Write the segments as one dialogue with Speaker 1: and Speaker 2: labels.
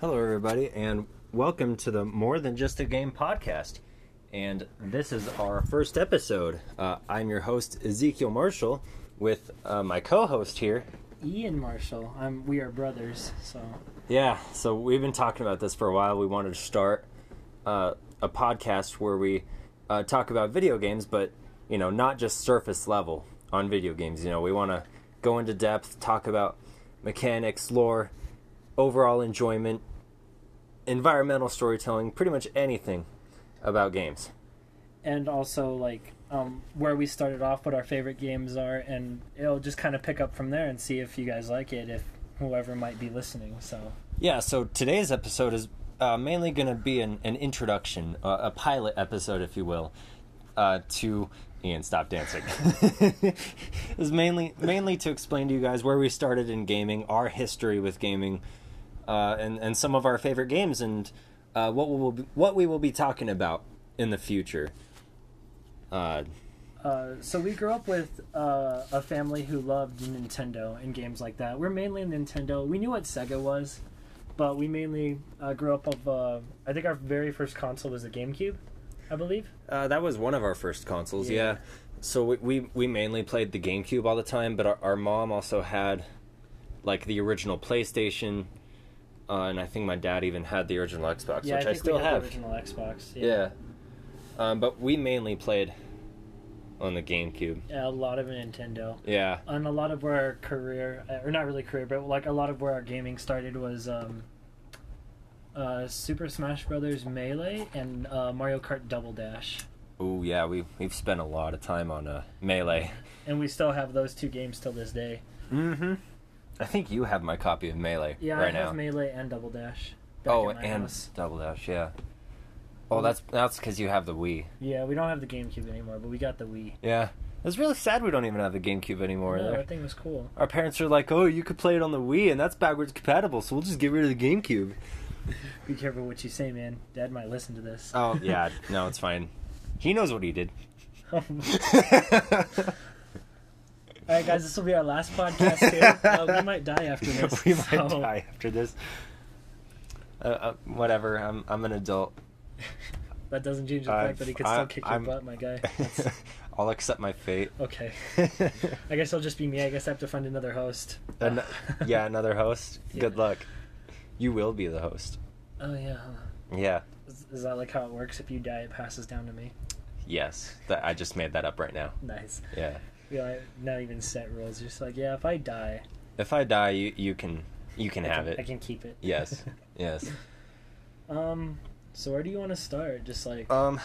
Speaker 1: Hello, everybody, and welcome to the More Than Just a Game podcast. And this is our first episode. Uh, I'm your host, Ezekiel Marshall, with uh, my co host here.
Speaker 2: Ian Marshall. I'm, we are brothers, so
Speaker 1: Yeah, so we've been talking about this for a while. We wanted to start uh, a podcast where we uh, talk about video games, but, you know, not just surface level on video games. You know, we want to go into depth, talk about mechanics, lore, overall enjoyment, environmental storytelling, pretty much anything about games.
Speaker 2: and also like um, where we started off, what our favorite games are, and it'll just kind of pick up from there and see if you guys like it, if whoever might be listening. So
Speaker 1: Yeah, so today's episode is uh, mainly going to be an, an introduction, uh, a pilot episode, if you will, uh, to Ian. Stop dancing. is mainly mainly to explain to you guys where we started in gaming, our history with gaming, uh, and and some of our favorite games, and uh, what we will be, what we will be talking about in the future. Uh,
Speaker 2: Uh, so we grew up with uh, a family who loved Nintendo and games like that. We're mainly Nintendo. We knew what Sega was, but we mainly uh, grew up of. Uh, I think our very first console was the GameCube, I believe.
Speaker 1: Uh, that was one of our first consoles, yeah.
Speaker 2: Yeah.
Speaker 1: So we, we we mainly played the GameCube all the time, but our, our mom also had like the original PlayStation, uh, and I think my dad even had the original Xbox,
Speaker 2: yeah,
Speaker 1: which
Speaker 2: I,
Speaker 1: I,
Speaker 2: think
Speaker 1: still
Speaker 2: we had
Speaker 1: have.
Speaker 2: the original Xbox.
Speaker 1: Yeah. Um, but we mainly played on the GameCube.
Speaker 2: yeah, a lot of Nintendo.
Speaker 1: Yeah.
Speaker 2: and a lot of where our career uh, or not really career but like a lot of where our gaming started was um uh super smash brothers melee and uh mario kart double dash
Speaker 1: Oh yeah, we we've spent a lot of time on uh, Melee.
Speaker 2: and we still have those two games till this day
Speaker 1: Mm-hmm. I think you have my copy of Melee
Speaker 2: yeah
Speaker 1: right
Speaker 2: i have
Speaker 1: now.
Speaker 2: melee and double dash back
Speaker 1: oh,
Speaker 2: at my
Speaker 1: and
Speaker 2: house.
Speaker 1: Double Dash, yeah. Oh, that's that's because you have the Wii.
Speaker 2: yeah we don't have the gamecube anymore but we got the wii
Speaker 1: Yeah. It's really sad we don't even have the GameCube anymore.
Speaker 2: no,
Speaker 1: Our-
Speaker 2: that thing was cool
Speaker 1: Our parents are like, oh, you could play it on the Wii, and that's backwards compatible, so we'll just get rid of the GameCube.
Speaker 2: be careful what you say man dad might listen to this
Speaker 1: Oh, yeah. No, it's fine. He knows what he did.
Speaker 2: all right guys this will be our last podcast here uh, we might die after this
Speaker 1: we might
Speaker 2: so-
Speaker 1: die after this. Uh, uh, whatever, I'm, I'm an adult.
Speaker 2: that doesn't change the
Speaker 1: I've-
Speaker 2: fact that he could still
Speaker 1: I-
Speaker 2: kick
Speaker 1: I'm-
Speaker 2: your butt my guy
Speaker 1: I'll accept my fate.
Speaker 2: okay
Speaker 1: and,
Speaker 2: I guess it'll just be me. I guess I have to find another host.
Speaker 1: uh, yeah, another host. Good
Speaker 2: Yeah.
Speaker 1: luck. You will be the host.
Speaker 2: Oh yeah. huh.
Speaker 1: Yeah.
Speaker 2: Is, is that like how it works? If you die, it passes down to me.
Speaker 1: Yes. That, I just made that up right now.
Speaker 2: Nice.
Speaker 1: Yeah.
Speaker 2: We like not even set rules. You're just like, yeah, if I die,
Speaker 1: If I die, you, you can you can
Speaker 2: I
Speaker 1: have
Speaker 2: I
Speaker 1: it.
Speaker 2: can keep it.
Speaker 1: Yes. Yes.
Speaker 2: um. So where do you want to start? Just like
Speaker 1: Um,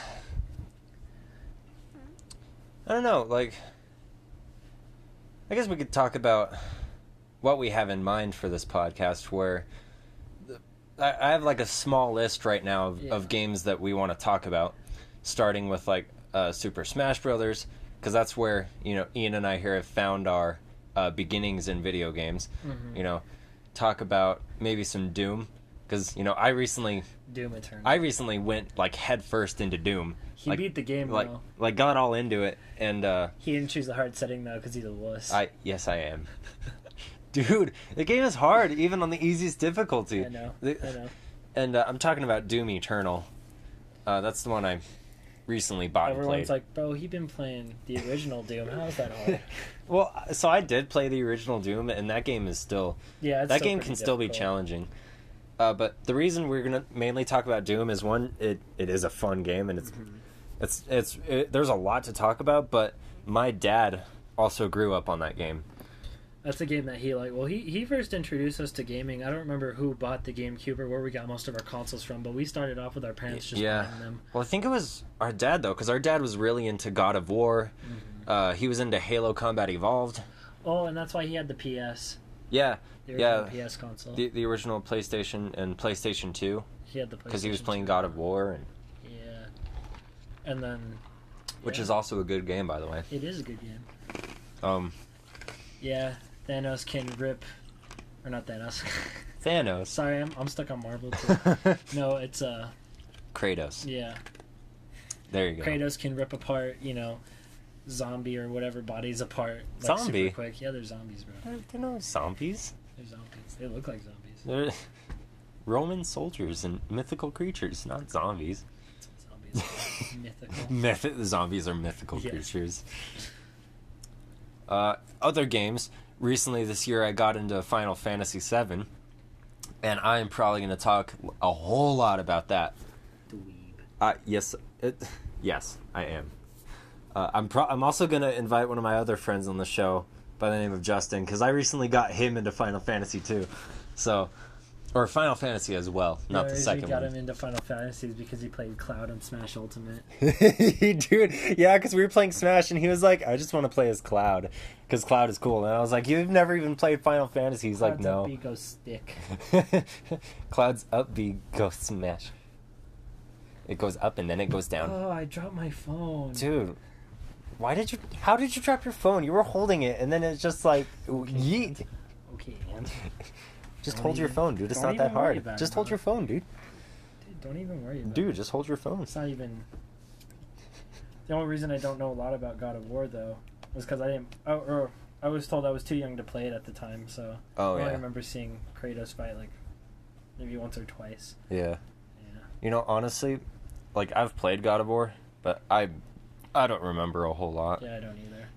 Speaker 1: I don't know. Like, I guess we could talk about what we have in mind for this podcast. Where I, I have like a small list right now of,
Speaker 2: Yeah.
Speaker 1: of games that we want to talk about, starting with like uh, Super Smash Brothers, because that's where you know Ian and I here have found our uh, beginnings in video games.
Speaker 2: mhm,
Speaker 1: You know, talk about maybe some Doom. Because you know, I recently,
Speaker 2: Doom Eternal.
Speaker 1: I recently went like headfirst into Doom
Speaker 2: he
Speaker 1: like-
Speaker 2: beat the game
Speaker 1: like
Speaker 2: though.
Speaker 1: like got all into it and uh
Speaker 2: He didn't choose the hard setting though because he's a wuss.
Speaker 1: i yes i am dude the game is hard even on the easiest difficulty
Speaker 2: I know. I
Speaker 1: The-
Speaker 2: know.
Speaker 1: and uh, i'm talking about doom eternal uh that's the one i recently bought and
Speaker 2: Everyone's
Speaker 1: played
Speaker 2: like, bro, he been playing the original Doom. How's that hard?
Speaker 1: well so i did play the original doom and that game is still
Speaker 2: Yeah, it's
Speaker 1: that
Speaker 2: still
Speaker 1: game
Speaker 2: pretty
Speaker 1: can still be
Speaker 2: difficult.
Speaker 1: challenging uh, but the reason we're gonna mainly talk about Doom is one, it, it is a fun game and it's
Speaker 2: Mm-hmm.
Speaker 1: it's it's it, there's a lot to talk about. But my dad also grew up on that game,
Speaker 2: That's the game that he like. Well, he he first introduced us to gaming. I don't remember who bought the GameCube or where we got most of our consoles from, but we started off with our parents just
Speaker 1: Yeah.
Speaker 2: buying them.
Speaker 1: Well, I think it was our dad though, because our dad was really into God of War.
Speaker 2: Mm-hmm.
Speaker 1: Uh, he was into Halo Combat Evolved.
Speaker 2: Oh, and that's why he had the PS,
Speaker 1: Yeah,
Speaker 2: the original
Speaker 1: Yeah.
Speaker 2: PS console.
Speaker 1: the the original PlayStation and PlayStation Two,
Speaker 2: he had the
Speaker 1: because he was
Speaker 2: PlayStation.
Speaker 1: playing God of War, and
Speaker 2: Yeah, and then
Speaker 1: which
Speaker 2: Yeah.
Speaker 1: is also a good game by the way.
Speaker 2: it is a good game.
Speaker 1: Um,
Speaker 2: Yeah, Thanos can rip, or not Thanos.
Speaker 1: Thanos,
Speaker 2: Sorry, I'm I'm stuck on Marvel. Too.
Speaker 1: Kratos.
Speaker 2: no, it's uh yeah.
Speaker 1: There you go.
Speaker 2: Kratos can rip apart you know, zombie or whatever bodies apart like,
Speaker 1: Zombie?
Speaker 2: super quick. Yeah, they're zombies, bro.
Speaker 1: They're, they're not zombies.
Speaker 2: They're zombies. They look like zombies.
Speaker 1: They're Roman soldiers and mythical creatures, not zombies.
Speaker 2: Zombies are mythical.
Speaker 1: Myth- zombies are mythical
Speaker 2: Yeah.
Speaker 1: creatures. Uh, other games. Recently, this year, I got into Final Fantasy VII, and I am probably going to talk a whole lot about that.
Speaker 2: Dweeb.
Speaker 1: Uh, yes, it, yes, I am. Uh, I'm pro- I'm also going to invite one of my other friends on the show by the name of Justin because I recently got him into Final Fantasy too, so or Final Fantasy as well,
Speaker 2: The
Speaker 1: not
Speaker 2: only
Speaker 1: the
Speaker 2: reason
Speaker 1: second
Speaker 2: He got
Speaker 1: one.
Speaker 2: him into Final Fantasies because he played Cloud on Smash Ultimate.
Speaker 1: dude yeah because we were playing smash and he was like i just want to play as cloud because cloud is cool and i was like you've never even played final fantasy he's like
Speaker 2: Cloud's
Speaker 1: no
Speaker 2: upbeat goes stick.
Speaker 1: cloud's up b go smash it goes up and then it goes down
Speaker 2: Oh, I dropped my phone.
Speaker 1: dude why did you how did you drop your phone you were holding it and then it's just like yeet
Speaker 2: Okay, and
Speaker 1: just
Speaker 2: Don't
Speaker 1: hold your
Speaker 2: even-
Speaker 1: phone dude it's
Speaker 2: don't
Speaker 1: not that
Speaker 2: even worry
Speaker 1: hard
Speaker 2: about it,
Speaker 1: just hold
Speaker 2: brother.
Speaker 1: your phone dude
Speaker 2: dude, don't even worry. About
Speaker 1: dude
Speaker 2: it.
Speaker 1: just hold your phone
Speaker 2: it's not even. The only reason I don't know a lot about God of War though was because I didn't. Oh, or I was told I was too young to play it at the time, so
Speaker 1: oh
Speaker 2: I only
Speaker 1: yeah
Speaker 2: remember seeing Kratos fight like maybe once or twice.
Speaker 1: yeah
Speaker 2: Yeah.
Speaker 1: You know, honestly, like I've played God of War, but I I don't remember a whole lot.
Speaker 2: Yeah, I don't either.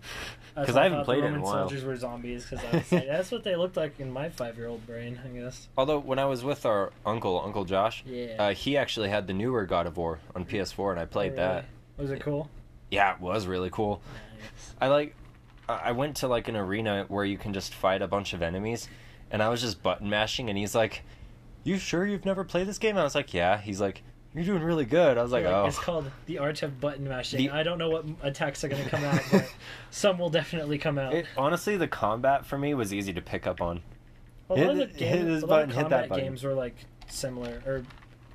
Speaker 1: 'Cause
Speaker 2: thought
Speaker 1: I haven't
Speaker 2: the
Speaker 1: played it in a
Speaker 2: Roman
Speaker 1: while.
Speaker 2: Soldiers were zombies because I was like, that's what they looked like in my five-year-old brain, I guess.
Speaker 1: Although when I was with our uncle, Uncle Josh,
Speaker 2: Yeah.
Speaker 1: uh, he actually had the newer God of War on PS4, and I played
Speaker 2: Oh,
Speaker 1: that.
Speaker 2: really? Was it cool?
Speaker 1: Yeah, it was really cool. I like I I went to like an arena where you can just fight a bunch of enemies, and I was just button mashing, and he's like, "You sure you've never played this game?" And I was like, "Yeah." He's like, "You're doing really good." I was like, "Oh."
Speaker 2: It's called the art of button mashing.
Speaker 1: The-
Speaker 2: I don't know what m- attacks are going to come out, but uh, some will definitely come out.
Speaker 1: It, honestly, the combat for me was easy to pick up on.
Speaker 2: a lot of the,
Speaker 1: hit-
Speaker 2: game,
Speaker 1: hit this
Speaker 2: a lot of
Speaker 1: button, hit that
Speaker 2: combat
Speaker 1: button.
Speaker 2: games were like similar or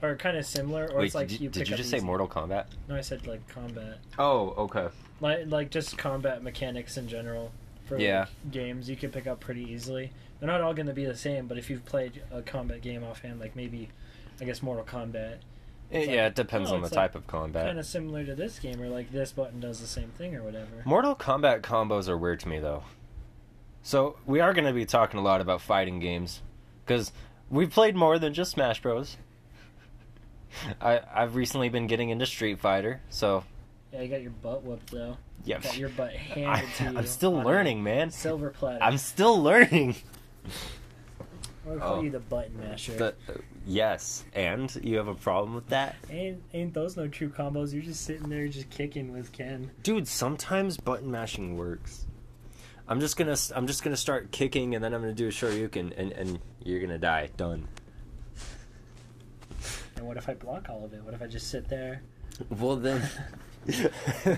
Speaker 2: or kind of similar, or
Speaker 1: Wait,
Speaker 2: it's like
Speaker 1: did,
Speaker 2: you
Speaker 1: you- did
Speaker 2: pick
Speaker 1: you
Speaker 2: up
Speaker 1: just say
Speaker 2: easy-
Speaker 1: Mortal Kombat?
Speaker 2: No, I said like combat,
Speaker 1: Oh, okay.
Speaker 2: like like just combat mechanics in general. For like,
Speaker 1: Yeah.
Speaker 2: games you can pick up pretty easily. They're not all going to be the same, but if you've played a combat game offhand, like maybe, I guess Mortal Kombat, It's
Speaker 1: yeah,
Speaker 2: like,
Speaker 1: it depends
Speaker 2: oh,
Speaker 1: on the
Speaker 2: it's like
Speaker 1: type of combat.
Speaker 2: kind of similar to this game, or like this button does the same thing or whatever.
Speaker 1: Mortal Kombat combos are weird to me, though. So we are going to be talking a lot about fighting games because we played more than just Smash Bros. I I've recently been getting into Street Fighter, so
Speaker 2: Yeah, you got your butt whooped though.
Speaker 1: yeah.
Speaker 2: Got your butt
Speaker 1: I,
Speaker 2: handed to you.
Speaker 1: I'm still
Speaker 2: on a
Speaker 1: learning, man.
Speaker 2: Silver platter.
Speaker 1: I'm still learning.
Speaker 2: Or call
Speaker 1: Oh.
Speaker 2: you the button masher.
Speaker 1: The- uh, yes, and you have a problem with that,
Speaker 2: Ain't ain't those no true combos? You're just sitting there just kicking with Ken.
Speaker 1: dude. Sometimes button mashing works. I'm just gonna I'm just gonna start kicking, and then I'm gonna do a Shoryuken, and and you're gonna die. Done.
Speaker 2: And what if I block all of it? What if I just sit there,
Speaker 1: Well then,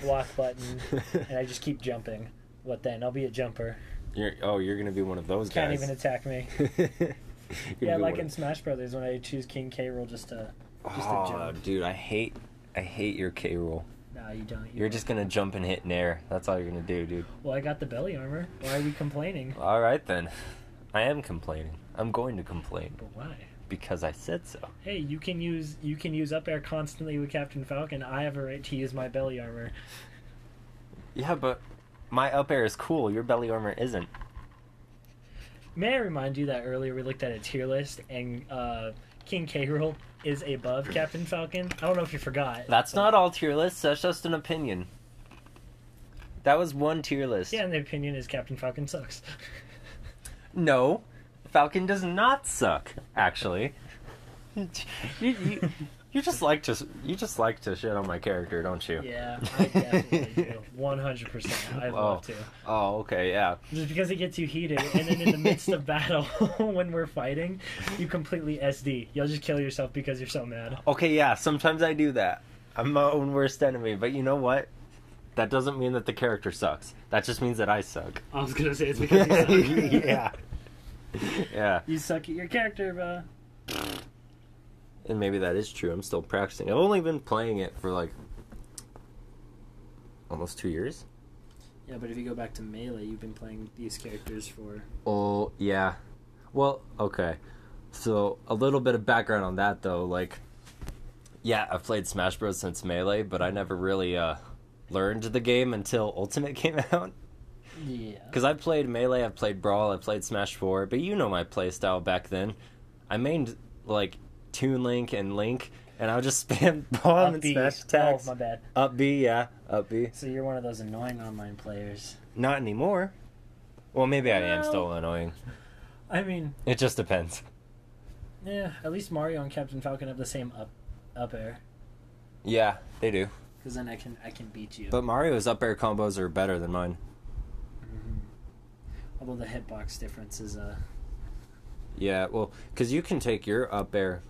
Speaker 2: block button, and I just keep jumping? What then? I'll be a jumper.
Speaker 1: You're, oh, you're gonna be one of those
Speaker 2: Can't
Speaker 1: guys.
Speaker 2: even attack me.
Speaker 1: You're
Speaker 2: yeah,
Speaker 1: gonna be
Speaker 2: like
Speaker 1: one
Speaker 2: in
Speaker 1: of-
Speaker 2: Smash Brothers when I choose King K. Roll just to. just a
Speaker 1: oh,
Speaker 2: jump.
Speaker 1: dude, I hate, I hate your K roll.
Speaker 2: Nah, you don't. You
Speaker 1: You're
Speaker 2: don't.
Speaker 1: just gonna jump and hit nair. That's all you're gonna do, dude.
Speaker 2: Well, I got the belly armor. Why are we complaining?
Speaker 1: All right then, I am complaining. I'm going to complain
Speaker 2: But why?
Speaker 1: because I said so.
Speaker 2: Hey, you can use you can use up air constantly with Captain Falcon. I have a right to use my belly armor.
Speaker 1: Yeah, but my up air is cool. Your belly armor isn't.
Speaker 2: May I remind you that earlier we looked at a tier list and uh, King K. Rool is above Captain Falcon? I don't know if you forgot.
Speaker 1: That's not all tier lists. That's just an opinion. That was one tier list.
Speaker 2: Yeah, and the opinion is Captain Falcon sucks.
Speaker 1: No, Falcon does not suck. Actually, you, you, you just like to you just like to shit on my character, don't you?
Speaker 2: yeah, I definitely do. 100%. I love
Speaker 1: Oh.
Speaker 2: to.
Speaker 1: Oh, okay, yeah.
Speaker 2: Just because it gets you heated, and then in the midst of battle, when we're fighting, you completely SD. You'll just kill yourself because you're so mad.
Speaker 1: Okay, yeah. Sometimes I do that. I'm my own worst enemy, but you know what? That doesn't mean that the character sucks. That just means that I suck.
Speaker 2: I was going to say it's because you suck.
Speaker 1: yeah. Yeah,
Speaker 2: You suck at your character, bro.
Speaker 1: and maybe that is true. I'm still practicing. I've only been playing it for like almost two years.
Speaker 2: Yeah, but if you go back to Melee, you've been playing these characters for
Speaker 1: Oh, yeah. Well, okay. So, a little bit of background on that though, like yeah, I've played Smash Bros since Melee, but I never really uh learned the game until Ultimate came out
Speaker 2: yeah.
Speaker 1: cuz I played Melee, I've played Brawl, I played Smash 4, but you know my playstyle back then. I mained like Toon Link and Link, and I would just spam bomb and
Speaker 2: B.
Speaker 1: smash
Speaker 2: Oh,
Speaker 1: attacks.
Speaker 2: my bad.
Speaker 1: Up B, yeah, up B.
Speaker 2: So you're one of those annoying online players.
Speaker 1: Not anymore. Well, maybe I am
Speaker 2: Well-
Speaker 1: still annoying.
Speaker 2: I mean,
Speaker 1: It just depends.
Speaker 2: yeah. At least Mario and Captain Falcon have the same up up air,
Speaker 1: Yeah, they do.
Speaker 2: because then I can I can beat you.
Speaker 1: But Mario's up air combos are better than mine.
Speaker 2: Mhm. Although the hitbox difference is uh
Speaker 1: Yeah, well, because you can take your up air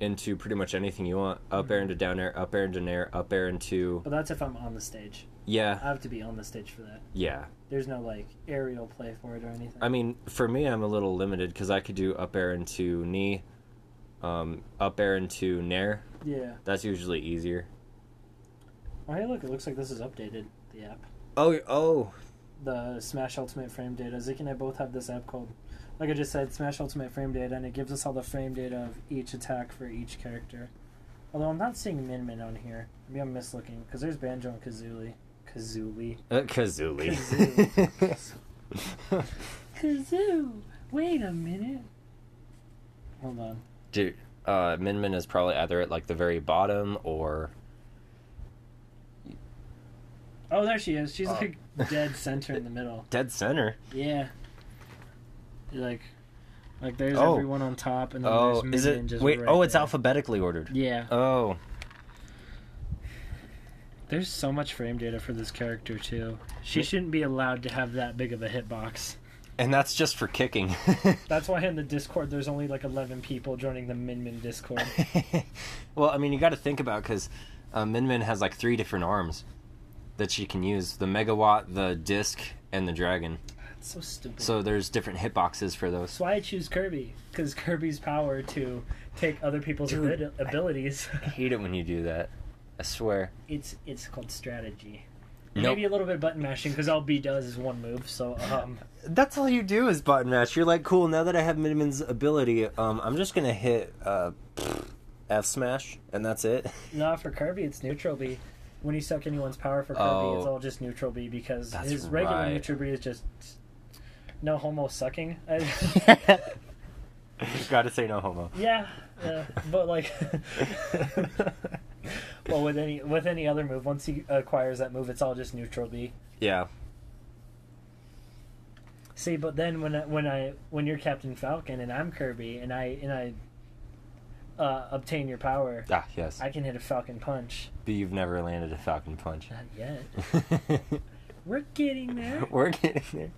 Speaker 1: into pretty much anything you want. Up air into down air, up air into nair, up air into
Speaker 2: But that's if I'm on the stage. I
Speaker 1: yeah,
Speaker 2: have to be on the stage for that.
Speaker 1: yeah.
Speaker 2: There's no like aerial play for it or anything.
Speaker 1: I mean, for me, I'm a little limited because I could do up air into knee, um, up air into nair.
Speaker 2: yeah.
Speaker 1: That's usually easier.
Speaker 2: Oh hey, look! It looks like this is updated. The app,
Speaker 1: Oh, oh,
Speaker 2: the Smash Ultimate Frame data. Zeke and I both have this app called, like I just said, Smash Ultimate Frame data, and it gives us all the frame data of each attack for each character. Although I'm not seeing Min Min on here. Maybe I'm mislooking because there's Banjo and Kazooie. Kazooie.
Speaker 1: uh, Kazooie.
Speaker 2: Kazoo. Wait a minute. Hold on.
Speaker 1: Dude, uh, Min Min is probably either at like the very bottom or
Speaker 2: Oh, there she is. She's
Speaker 1: Oh.
Speaker 2: like dead center in the middle.
Speaker 1: dead center.
Speaker 2: Yeah. Like, like there's
Speaker 1: Oh.
Speaker 2: everyone on top, and then
Speaker 1: Oh,
Speaker 2: there's Min
Speaker 1: is
Speaker 2: Min
Speaker 1: it?
Speaker 2: just
Speaker 1: Wait,
Speaker 2: right
Speaker 1: oh, it's
Speaker 2: there.
Speaker 1: alphabetically ordered.
Speaker 2: Yeah.
Speaker 1: Oh,
Speaker 2: There's so much frame data for this character too. She
Speaker 1: Yeah.
Speaker 2: shouldn't be allowed to have that big of a hitbox.
Speaker 1: and that's just for kicking.
Speaker 2: That's why in the Discord there's only like 11 people joining the Min Min Discord.
Speaker 1: well, I mean, you got to think about because uh, Min Min has like three different arms that she can use: the megawatt, the disc, and the dragon.
Speaker 2: That's so stupid.
Speaker 1: So there's different hitboxes for those.
Speaker 2: That's why I choose Kirby because Kirby's power to take other people's
Speaker 1: Dude,
Speaker 2: abi- abilities.
Speaker 1: I hate it when you do that. I swear.
Speaker 2: it's it's called strategy.
Speaker 1: Nope.
Speaker 2: Maybe a little bit button mashing because all B does is one move. So um,
Speaker 1: That's all you do is button mash. You're like, cool. Now that I have Min Min's ability, um, I'm just gonna hit uh, F smash, and that's it.
Speaker 2: Nah, for Kirby, it's neutral B. When you suck anyone's power for Kirby,
Speaker 1: Oh.
Speaker 2: it's all just neutral B because
Speaker 1: That's
Speaker 2: his regular
Speaker 1: right.
Speaker 2: neutral B is just no homo sucking.
Speaker 1: Gotta say no homo.
Speaker 2: yeah, yeah, but like, well, with any with any other move, once he acquires that move, it's all just neutral B.
Speaker 1: yeah.
Speaker 2: See, but then when I, when I when you're Captain Falcon and I'm Kirby and I and I uh, obtain your power,
Speaker 1: Ah, yes.
Speaker 2: I can hit a Falcon punch.
Speaker 1: But you've never landed a falcon punch.
Speaker 2: Not yet. We're getting there.
Speaker 1: We're getting there.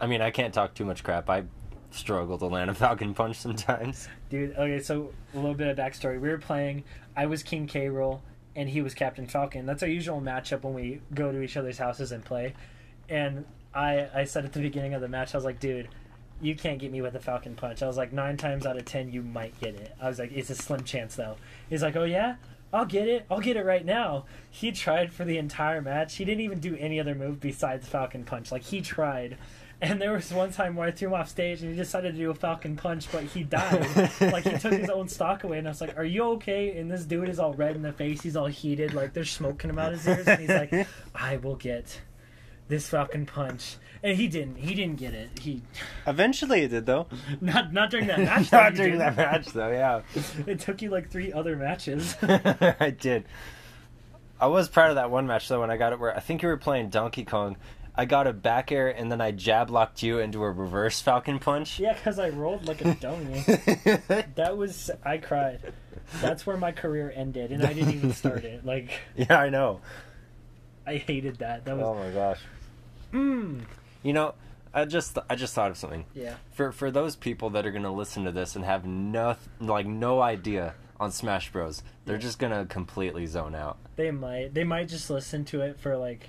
Speaker 1: I mean, I can't talk too much crap. I struggle to land a falcon punch sometimes.
Speaker 2: Dude, okay, so a little bit of backstory. We were playing, I was King K. Rool, and he was Captain Falcon. That's our usual matchup when we go to each other's houses and play. And I, I said at the beginning of the match, I was like, dude, you can't get me with a Falcon Punch. I was like, nine times out of ten, you might get it. I was like, it's a slim chance, though. He's like, oh, yeah? I'll get it. I'll get it right now. He tried for the entire match. He didn't even do any other move besides Falcon Punch. Like, he tried. And there was one time where I threw him off stage and he decided to do a Falcon Punch, but he died. like, he took his own stock away, and I was like, Are you okay? And this dude is all red in the face. He's all heated. Like, there's smoke coming out of his ears. And he's like, I will get this Falcon Punch. And he didn't. He didn't get it. He
Speaker 1: Eventually, it did though.
Speaker 2: Not not during that match. though,
Speaker 1: Not
Speaker 2: you
Speaker 1: during that
Speaker 2: didn't.
Speaker 1: match though. Yeah,
Speaker 2: It took you like three other matches.
Speaker 1: I did. I was proud of that one match though when I got it where I think you were playing Donkey Kong. I got a back air and then I jab locked you into a reverse falcon punch.
Speaker 2: yeah, because I rolled like a dummy. That was I cried. That's where my career ended, and I didn't even start it. Like
Speaker 1: yeah, I know.
Speaker 2: I hated that. That
Speaker 1: Oh
Speaker 2: was
Speaker 1: my gosh. Oh.
Speaker 2: mm.
Speaker 1: You know, I just I just thought of something.
Speaker 2: yeah.
Speaker 1: for for those people that are gonna listen to this and have no like no idea on Smash Bros, they're just gonna completely zone out.
Speaker 2: They might they might just listen to it for like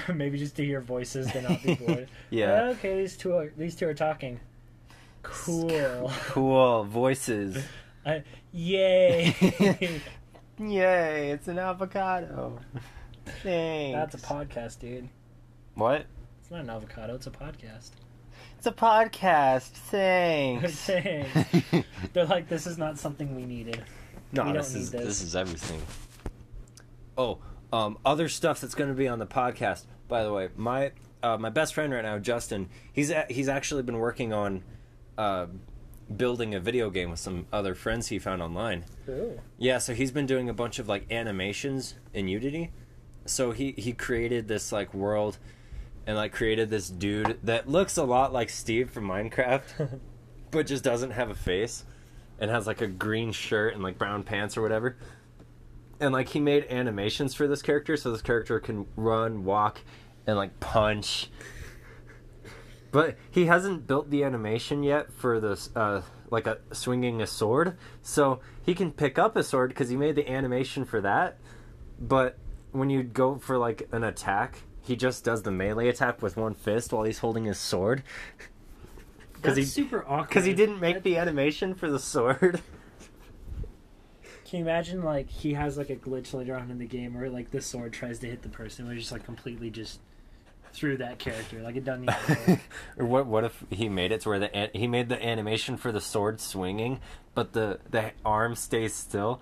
Speaker 2: maybe just to hear voices, then I'll be bored.
Speaker 1: Yeah.
Speaker 2: Oh, Okay, these two are these two are talking. Cool.
Speaker 1: Cool voices.
Speaker 2: I, yay.
Speaker 1: Yay! It's an avocado. Thanks.
Speaker 2: That's a podcast, dude.
Speaker 1: what?
Speaker 2: It's not an avocado. It's a podcast.
Speaker 1: It's a podcast. Thanks.
Speaker 2: Thanks. They're like, this is not something we needed.
Speaker 1: no,
Speaker 2: We don't
Speaker 1: this
Speaker 2: need
Speaker 1: is
Speaker 2: this.
Speaker 1: this. is everything. Oh, um, other stuff that's going to be on the podcast. By the way, my uh, my best friend right now, Justin, he's a- he's actually been working on uh, building a video game with some other friends he found online.
Speaker 2: Ooh.
Speaker 1: Yeah, so he's been doing a bunch of like animations in Unity. So he he created this like world and like created this dude that looks a lot like Steve from Minecraft but just doesn't have a face and has like a green shirt and like brown pants or whatever. And like he made animations for this character so this character can run, walk and like punch. But he hasn't built the animation yet for this, uh, like a swinging a sword. So he can pick up a sword because he made the animation for that. But when you go for like an attack, he just does the melee attack with one fist while he's holding his sword. Because
Speaker 2: That's
Speaker 1: he
Speaker 2: super awkward.
Speaker 1: because he didn't make
Speaker 2: That-
Speaker 1: the animation for the sword.
Speaker 2: Can you imagine like he has like a glitch later on in the game where like the sword tries to hit the person, which just like completely just through that character, like it doesn't even. work.
Speaker 1: or what? What if he made it to where the an- he made the animation for the sword swinging, but the the arm stays still?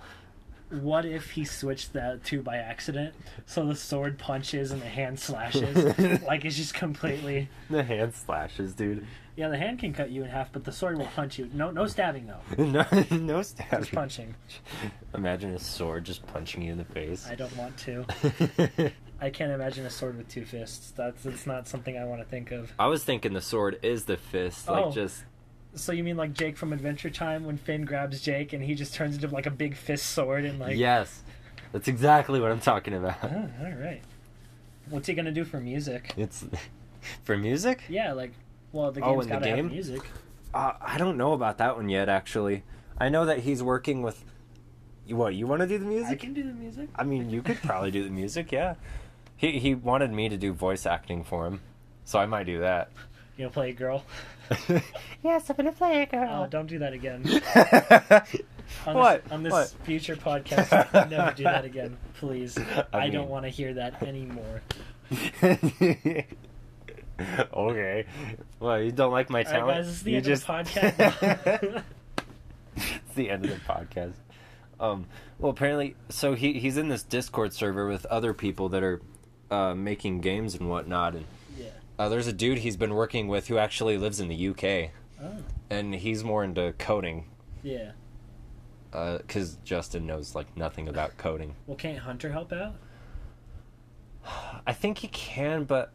Speaker 2: what if he switched that too by accident? So the sword punches and the hand slashes. like it's just completely.
Speaker 1: The hand slashes, dude.
Speaker 2: Yeah, the hand can cut you in half, but the sword will punch you. No, no stabbing though.
Speaker 1: no, no stab.
Speaker 2: Just punching.
Speaker 1: Imagine a sword just punching you in the face.
Speaker 2: I don't want to. I can't imagine a sword with two fists. That's it's not something I want to think of.
Speaker 1: I was thinking the sword is the fist, like
Speaker 2: Oh.
Speaker 1: just
Speaker 2: So you mean like Jake from Adventure Time when Finn grabs Jake and he just turns into like a big fist sword and like
Speaker 1: yes. That's exactly what I'm talking about.
Speaker 2: Oh, all right. What's he gonna do for music?
Speaker 1: It's for music.
Speaker 2: Yeah, like well the
Speaker 1: Oh,
Speaker 2: game's
Speaker 1: in the
Speaker 2: gotta
Speaker 1: game?
Speaker 2: have music.
Speaker 1: Uh, I don't know about that one yet. Actually, I know that he's working with. You- What you want to do the music?
Speaker 2: I can do the music.
Speaker 1: I mean, you could probably do the music, yeah. He he wanted me to do voice acting for him, so I might do that.
Speaker 2: You know, play girl.
Speaker 1: yes, I'm gonna play a
Speaker 2: Oh, don't do that again. On
Speaker 1: What?
Speaker 2: This, on this
Speaker 1: What?
Speaker 2: future podcast, never do that again, please. I,
Speaker 1: I
Speaker 2: don't
Speaker 1: mean-
Speaker 2: want to hear that anymore.
Speaker 1: okay. Well, you don't like my
Speaker 2: All right,
Speaker 1: talent.
Speaker 2: guys, this is the
Speaker 1: you
Speaker 2: end
Speaker 1: just...
Speaker 2: of the podcast.
Speaker 1: it's the end of the podcast. Um, well, apparently, so he he's in this Discord server with other people that are uh, making games and whatnot, and
Speaker 2: yeah.
Speaker 1: uh, there's a dude he's been working with who actually lives in the UK,
Speaker 2: Oh,
Speaker 1: and he's more into coding
Speaker 2: yeah.
Speaker 1: because Justin knows like nothing about coding.
Speaker 2: Well, can't Hunter help out?
Speaker 1: I think he can, but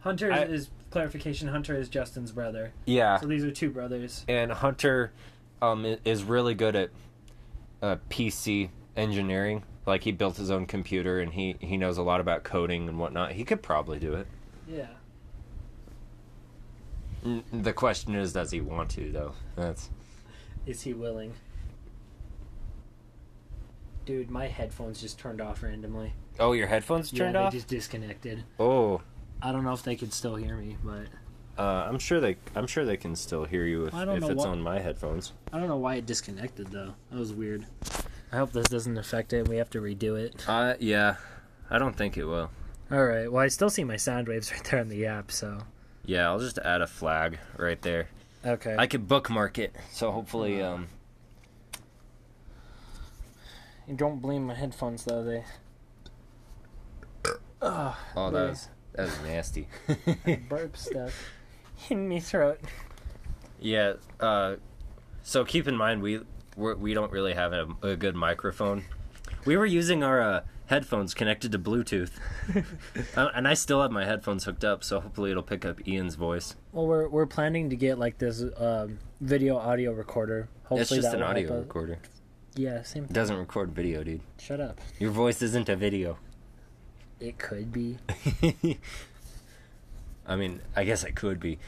Speaker 2: Hunter
Speaker 1: I-
Speaker 2: is clarification. Hunter is Justin's brother.
Speaker 1: yeah.
Speaker 2: So these are two brothers.
Speaker 1: and Hunter um, i- is really good at uh, PC engineering. Like he built his own computer and he he knows a lot about coding and whatnot. He could probably do it.
Speaker 2: Yeah.
Speaker 1: N- The question is, does he want to though? That's
Speaker 2: Is he willing? Dude, my headphones just turned off randomly.
Speaker 1: oh, your headphones turned
Speaker 2: yeah,
Speaker 1: off.
Speaker 2: they just disconnected.
Speaker 1: Oh,
Speaker 2: I don't know if they could still hear me, but
Speaker 1: uh, I'm sure they I'm sure they can still hear you if,
Speaker 2: I don't
Speaker 1: if
Speaker 2: know
Speaker 1: it's
Speaker 2: what-
Speaker 1: on my headphones.
Speaker 2: I don't know why it disconnected though. That was weird. I hope this doesn't affect it. We have to redo it.
Speaker 1: Uh, yeah, I don't think it will.
Speaker 2: All right. Well, I still see my sound waves right there on the app. So
Speaker 1: Yeah, I'll just add a flag right there.
Speaker 2: okay.
Speaker 1: I could bookmark it, so hopefully,
Speaker 2: Uh,
Speaker 1: um,
Speaker 2: don't blame my headphones though. They. Oh,
Speaker 1: oh, that was that was nasty.
Speaker 2: burp stuff in my throat.
Speaker 1: yeah. Uh, so keep in mind we we're, we don't really have a, a good microphone. We were using our uh, headphones connected to Bluetooth, Uh, and I still have my headphones hooked up, so hopefully it'll pick up Ian's voice.
Speaker 2: Well, we're we're planning to get like this um, video audio recorder. Hopefully
Speaker 1: it's just
Speaker 2: that
Speaker 1: an
Speaker 2: will help
Speaker 1: audio
Speaker 2: us-
Speaker 1: recorder.
Speaker 2: Yeah, same.
Speaker 1: It doesn't record video, dude.
Speaker 2: Shut up.
Speaker 1: Your voice isn't a video.
Speaker 2: It could be.
Speaker 1: I mean, I guess it could be.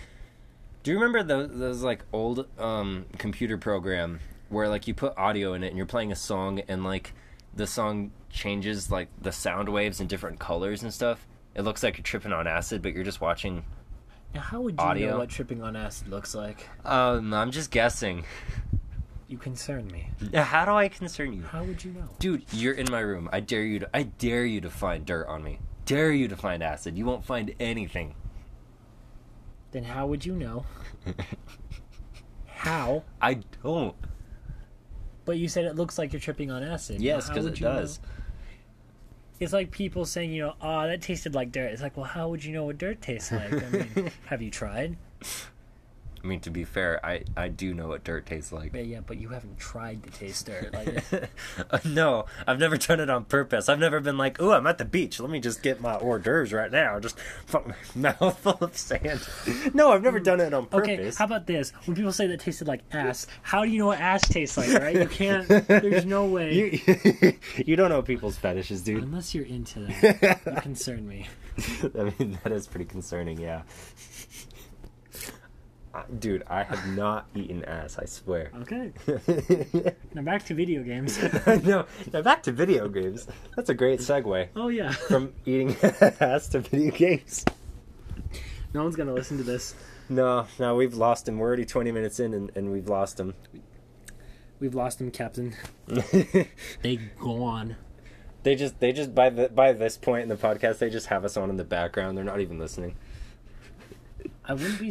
Speaker 1: Do you remember those, those like old um, computer program where like you put audio in it and you're playing a song and like the song changes like the sound waves in different colors and stuff? It looks like you're tripping on acid, but you're just watching.
Speaker 2: Now, how would you
Speaker 1: Audio.
Speaker 2: know what tripping on acid looks like?
Speaker 1: Um, I'm just guessing.
Speaker 2: You concern me.
Speaker 1: How do I concern you,
Speaker 2: How would you know?
Speaker 1: dude? You're in my room. I dare you to. I dare you to find dirt on me. Dare you to find acid. You won't find anything.
Speaker 2: Then how would you know? how?
Speaker 1: I don't.
Speaker 2: But you said it looks like you're tripping on acid. Now,
Speaker 1: Yes,
Speaker 2: how
Speaker 1: because
Speaker 2: would
Speaker 1: it
Speaker 2: you know?
Speaker 1: does.
Speaker 2: It's like people saying, you know, ah, that tasted like dirt. It's like, well, how would you know what dirt tastes like? I mean, have you tried?
Speaker 1: I mean, to be fair, I, I do know what dirt tastes like.
Speaker 2: Yeah, yeah, but you haven't tried to taste dirt. Like,
Speaker 1: Uh, no, I've never done it on purpose. I've never been like, "Ooh, I'm at the beach. Let me just get my hors d'oeuvres right now. Just fuck my mouth full of sand." No, I've never done it on
Speaker 2: okay,
Speaker 1: purpose.
Speaker 2: how about this? When people say that tasted like ass, how do you know what ass tastes like? Right? You can't. There's no way.
Speaker 1: you, you don't know people's fetishes, dude.
Speaker 2: Unless you're into that, you concern me.
Speaker 1: I mean, that is pretty concerning, yeah. Uh, Dude, I have not eaten ass, I swear.
Speaker 2: Okay, now back to video games.
Speaker 1: no, now back to video games. That's a great segue
Speaker 2: Oh yeah,
Speaker 1: from eating ass to video games.
Speaker 2: no one's gonna listen to this.
Speaker 1: No, no, we've lost him. We're already 20 minutes in and, and we've lost him.
Speaker 2: We've lost him, Captain. They gone.
Speaker 1: they just, they just by the, by this point in the podcast, they just have us on in the background. They're not even listening.
Speaker 2: I wouldn't be
Speaker 1: I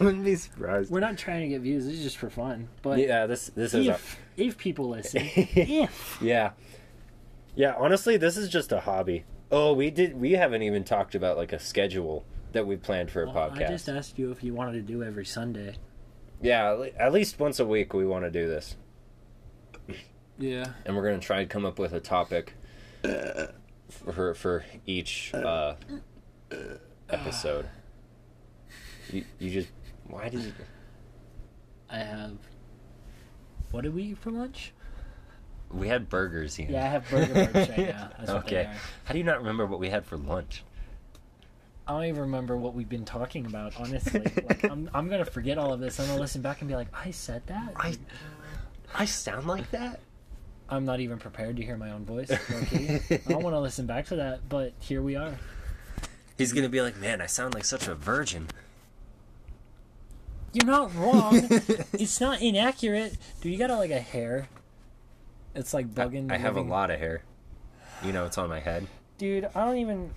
Speaker 1: wouldn't be surprised.
Speaker 2: We're not trying to get views. This is just for fun. But
Speaker 1: Yeah, this this is a,
Speaker 2: if if people listen, if
Speaker 1: Yeah. Yeah, honestly, this is just a hobby. Oh, we did we haven't even talked about like a schedule that we planned for a
Speaker 2: Well,
Speaker 1: podcast.
Speaker 2: I just asked you if you wanted to do every Sunday.
Speaker 1: Yeah, at le- at least once a week we want to do this.
Speaker 2: Yeah.
Speaker 1: And we're going to try and come up with a topic for for each uh episode. You you just why did you
Speaker 2: I have. What did we eat for lunch?
Speaker 1: we had burgers here.
Speaker 2: Yeah, I have burger burgers right now. That's what they
Speaker 1: okay.
Speaker 2: are.
Speaker 1: How do you not remember what we had for lunch?
Speaker 2: I don't even remember what we've been talking about, honestly. like, I'm, I'm going to forget all of this. I'm going to listen back and be like, I said that?
Speaker 1: I I sound like that?
Speaker 2: I'm not even prepared to hear my own voice. Okay. I don't want to listen back to that, but here we are.
Speaker 1: He's going to be like, "Man, I sound like such a virgin."
Speaker 2: You're not wrong. it's not inaccurate. Dude, you got a, like a hair. It's like bugging.
Speaker 1: I have a
Speaker 2: living-
Speaker 1: lot of hair. You know, it's on my head.
Speaker 2: Dude, I don't even.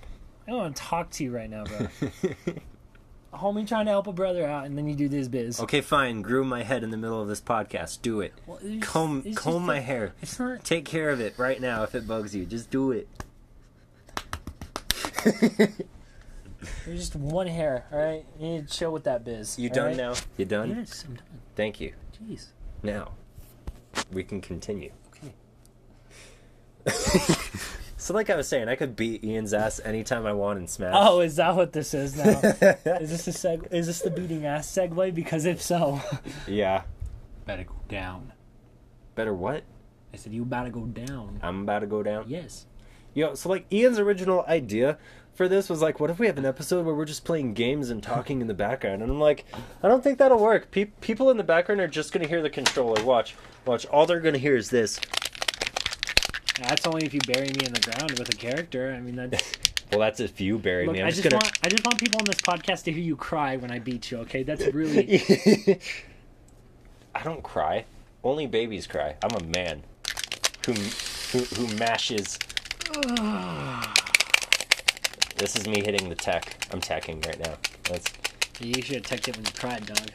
Speaker 2: I don't want to talk to you right now, bro. a homie trying to help a brother out, and then you do this biz.
Speaker 1: Okay, fine. Grew my head in the middle of this podcast. Do it.
Speaker 2: Well, it's-
Speaker 1: comb
Speaker 2: it's just
Speaker 1: comb my
Speaker 2: a-
Speaker 1: hair.
Speaker 2: It's not.
Speaker 1: Take care of it right now if it bugs you. Just do it.
Speaker 2: You're just one hair, all right. You need to chill with that biz.
Speaker 1: You
Speaker 2: all
Speaker 1: done
Speaker 2: right?
Speaker 1: now? You done?
Speaker 2: Yes, I'm done.
Speaker 1: Thank you.
Speaker 2: Jeez.
Speaker 1: Now, we can continue.
Speaker 2: Okay.
Speaker 1: So, like I was saying, I could beat Ian's ass anytime I want in Smash.
Speaker 2: Oh, is that what this is now? is this a seg? Is this the beating ass segue? Because if so,
Speaker 1: yeah.
Speaker 2: better go down.
Speaker 1: Better what?
Speaker 2: I said you about to go down.
Speaker 1: I'm about to go down.
Speaker 2: Yes.
Speaker 1: Yo, so like Ian's original idea for this was like, what if we have an episode where we're just playing games and talking in the background? And I'm like, I don't think that'll work. Pe- people in the background are just gonna hear the controller. Watch, watch. All they're gonna hear is this.
Speaker 2: That's only if you bury me in the ground with a character. I mean, that's
Speaker 1: Well, that's if you bury
Speaker 2: Look,
Speaker 1: me.
Speaker 2: I
Speaker 1: I'm
Speaker 2: just
Speaker 1: just gonna.
Speaker 2: want I just want people on this podcast to hear you cry when I beat you. Okay, that's really
Speaker 1: I don't cry. Only babies cry. I'm a man who who, who mashes. this is me hitting the tech. I'm teching right now. That's,
Speaker 2: you should have checked it when you cried, dog.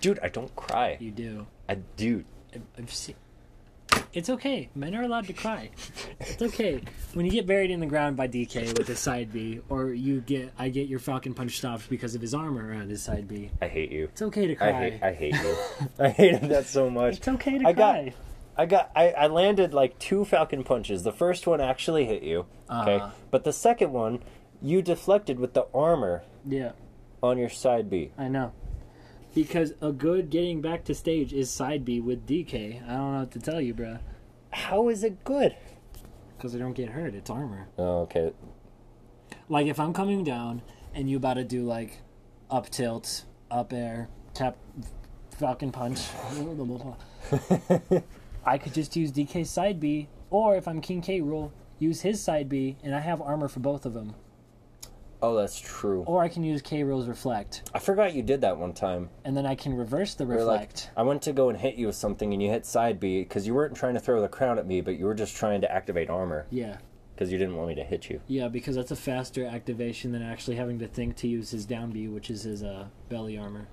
Speaker 1: dude, I don't cry.
Speaker 2: You do.
Speaker 1: I do.
Speaker 2: I- I've seen. It's okay. Men are allowed to cry. It's okay. When you get buried in the ground by DK with his side B, or you get I get your Falcon punch stopped because of his armor around his side B.
Speaker 1: I hate you.
Speaker 2: It's okay to cry.
Speaker 1: I hate I hate you. I hated that so much.
Speaker 2: It's okay to
Speaker 1: I got-
Speaker 2: cry.
Speaker 1: I got I, I landed like two falcon punches. The first one actually hit you. Okay.
Speaker 2: Uh.
Speaker 1: But the second one you deflected with the armor
Speaker 2: Yeah,
Speaker 1: on your side B.
Speaker 2: I know. Because a good getting back to stage is side B with DK. I don't know what to tell you, bruh.
Speaker 1: How is it good?
Speaker 2: Because I don't get hurt. It's armor.
Speaker 1: Oh, okay.
Speaker 2: like if I'm coming down and you about to do like up tilt, up air, tap, falcon punch, I could just use DK's side B, or if I'm King K rule, use his side B, and I have armor for both of them.
Speaker 1: Oh, that's true.
Speaker 2: Or I can use K rule's reflect,
Speaker 1: I forgot you did that one time.
Speaker 2: and then I can reverse the
Speaker 1: You're like,
Speaker 2: reflect.
Speaker 1: I went to go and hit you with something, and you hit side B because you weren't trying to throw the crown at me, but you were just trying to activate armor
Speaker 2: yeah,
Speaker 1: because you didn't want me to hit you.
Speaker 2: yeah, because that's a faster activation than actually having to think to use his down B, which is his uh, belly armor